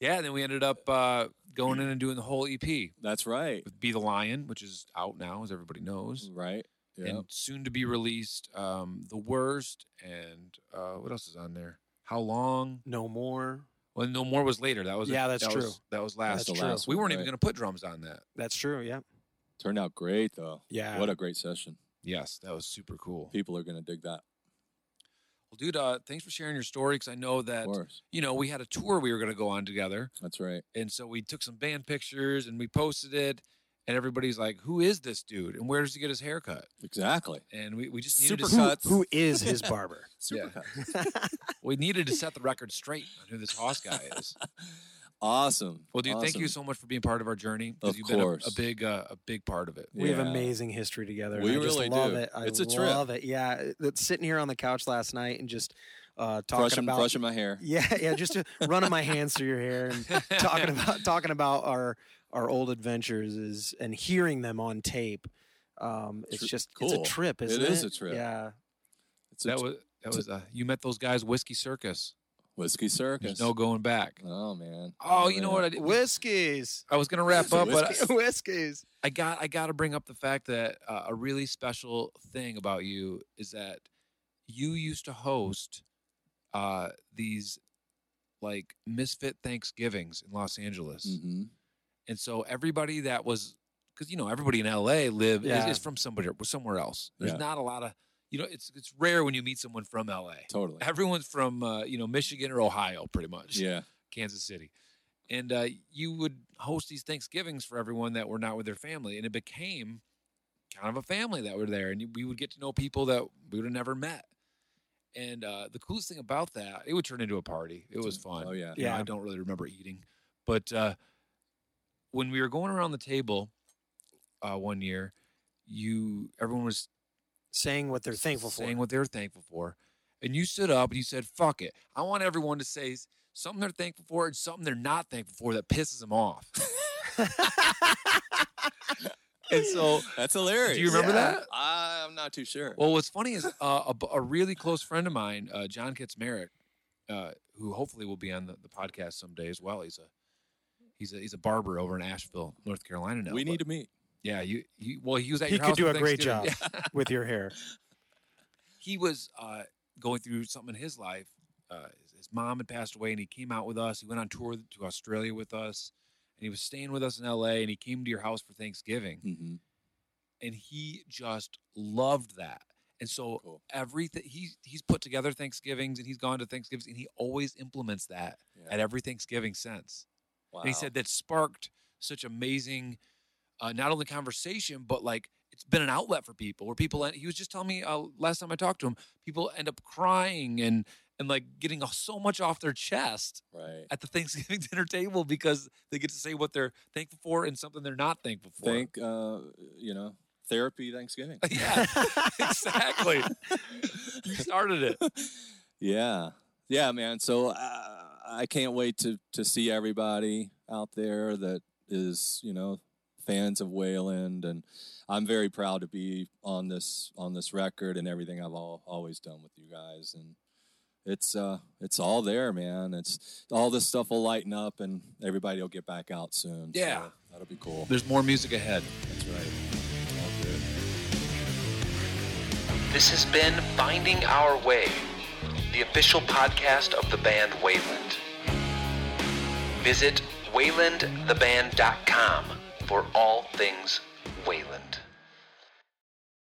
Speaker 3: yeah. And then we ended up uh, going in and doing the whole EP
Speaker 5: That's right.
Speaker 3: with "Be the Lion," which is out now, as everybody knows,
Speaker 5: Right.
Speaker 4: Mm,
Speaker 5: Yeah.
Speaker 3: and soon to be released. Um, the worst, and uh, what else is on there? How long?
Speaker 4: No more.
Speaker 3: Well, no more was later. That was
Speaker 4: Yeah, that's
Speaker 3: that
Speaker 4: true.
Speaker 3: was- that was last.
Speaker 4: That's
Speaker 5: the
Speaker 4: true.
Speaker 5: last
Speaker 3: we
Speaker 5: one,
Speaker 3: weren't even
Speaker 5: right.
Speaker 3: going to put drums on that.
Speaker 4: That's true. Yeah.
Speaker 5: Turned out great though.
Speaker 4: Yeah.
Speaker 5: What a great session.
Speaker 3: Yes, that was super cool.
Speaker 5: People are gonna dig that.
Speaker 3: Well, dude, uh, thanks for sharing your story because I know that
Speaker 5: Of course.
Speaker 3: you know we had a tour we were going to go on together,
Speaker 5: That's right.
Speaker 3: and so we took some band pictures and we posted it, and everybody's like, "Who is this dude? And where does he get his haircut?"
Speaker 5: Exactly.
Speaker 3: And we, we just needed to,
Speaker 5: Supercut.
Speaker 3: set,
Speaker 5: Cuts.
Speaker 4: Who
Speaker 5: [LAUGHS]
Speaker 4: is his [LAUGHS] barber?
Speaker 5: Supercut.
Speaker 3: we needed to set the record straight on who this Hoss guy is.
Speaker 5: [LAUGHS] awesome.
Speaker 3: Well, dude, thank you
Speaker 5: Awesome.
Speaker 3: so much for being part of our journey. 'cause
Speaker 5: Of
Speaker 3: you've
Speaker 5: course.
Speaker 3: been a, a big uh, a big part
Speaker 5: [LAUGHS]
Speaker 3: of it.
Speaker 5: Yeah.
Speaker 4: We have amazing history together. and
Speaker 5: We
Speaker 4: I just
Speaker 5: really
Speaker 4: love
Speaker 5: do.
Speaker 4: it. I
Speaker 5: It's a trip.
Speaker 4: love it. Yeah. it- that- sitting here on the couch last night and just uh, talking
Speaker 5: brushing,
Speaker 4: about
Speaker 5: brushing my hair.
Speaker 4: Yeah, yeah, just uh, [LAUGHS] running my hands through your hair
Speaker 5: [LAUGHS]
Speaker 4: and talking about talking about our our old adventures is and hearing them on tape. Um, it's
Speaker 5: Tri-
Speaker 4: just
Speaker 5: cool.
Speaker 4: it's a trip, isn't it?
Speaker 5: is a trip.
Speaker 4: Yeah,
Speaker 3: [LAUGHS]
Speaker 5: It's
Speaker 3: that
Speaker 5: a
Speaker 3: was that was uh, you met those guys Whiskey Circus.
Speaker 5: whiskey circus.
Speaker 3: There's no going back.
Speaker 5: oh man.
Speaker 3: Oh, you know
Speaker 5: man.
Speaker 3: what? I, did?
Speaker 4: whiskeys,
Speaker 3: I was gonna wrap
Speaker 5: It's a
Speaker 3: up, but
Speaker 4: [LAUGHS]
Speaker 5: whiskey.
Speaker 4: whiskeys.
Speaker 3: I got I got to bring up the fact that uh, a really special thing about you is that you used to host uh, these like misfit Thanksgivings in Los Angeles,
Speaker 5: Mhm.
Speaker 3: and so everybody that was because you know everybody in LA live
Speaker 4: Yeah.
Speaker 3: is, is from somebody somewhere else. There's
Speaker 5: Yeah.
Speaker 3: not a lot of you know it's it's rare when you meet someone from LA.
Speaker 5: Totally.
Speaker 3: Everyone's from uh, you know Michigan or Ohio, pretty much.
Speaker 5: Yeah.
Speaker 3: Kansas City. And uh, you would host these Thanksgivings for everyone that were not with their family. And it became kind of a family that were there. And you- we would get to know people that we would have never met. And uh, the coolest thing about that, it would turn into a party. It was fun.
Speaker 5: Oh yeah.
Speaker 3: You know, I
Speaker 4: Yeah.
Speaker 3: don't really remember eating. But uh, when we were going around the table uh, one year, you everyone was
Speaker 4: Saying what they're thankful
Speaker 3: saying
Speaker 4: for.
Speaker 3: what they're thankful for. And you stood up and you said, "Fuck it! I want everyone to say s- something they're thankful for and something they're not thankful for that pisses them off." [LAUGHS] and so,
Speaker 5: That's hilarious.
Speaker 3: Do you remember Yeah. that?
Speaker 5: I'm not too sure.
Speaker 3: well, what's funny is uh, a, b- a really close friend of mine, uh, John Kitzmerick, uh, who hopefully will be on the, the podcast someday as well. He's a he's a he's a barber over in Asheville, North Carolina now.
Speaker 5: we
Speaker 3: but-
Speaker 5: need to meet.
Speaker 3: yeah. You, you well, he was at
Speaker 4: He
Speaker 3: your
Speaker 4: could
Speaker 3: house
Speaker 4: do
Speaker 3: for
Speaker 4: a great
Speaker 3: Thanksgiving.
Speaker 4: job. [LAUGHS] with your hair.
Speaker 3: [LAUGHS] he was uh, going through something in his life. Uh, his- his mom had passed away, and he came out with us. He went on tour to Australia with us, and he was staying with us in L.A. And he came to your house for Thanksgiving,
Speaker 5: Mm-hmm.
Speaker 3: and he just loved that. And so
Speaker 5: Cool.
Speaker 3: everything he he's put together Thanksgivings, and he's gone to Thanksgivings, and he always implements that
Speaker 5: Yeah.
Speaker 3: at every Thanksgiving since.
Speaker 5: wow.
Speaker 3: And he said that sparked such amazing, uh, not only conversation, but like it's been an outlet for people where people, he was just telling me uh, last time I talked to him, people end up crying and, and like getting so much off their chest
Speaker 5: right.
Speaker 3: at the [LAUGHS] Thanksgiving dinner table because they get to say what they're thankful for and something they're not thankful for.
Speaker 5: Thank uh, you know therapy Thanksgiving.
Speaker 3: [LAUGHS] yeah,
Speaker 5: [LAUGHS]
Speaker 3: exactly. you started it.
Speaker 5: yeah, yeah, man. So uh, I can't wait to to see everybody out there that is you know fans of Wayland, and I'm very proud to be on this on this record and everything I've all, always done with you guys, and it's uh it's all there, man. It's all this stuff will lighten up and everybody will get back out soon. So
Speaker 3: Yeah.
Speaker 5: that'll be cool.
Speaker 3: There's more music ahead.
Speaker 5: That's right. All good.
Speaker 2: This has been Finding Our Way, the official podcast of the band Wayland. Visit waylandtheband.com for all things Wayland.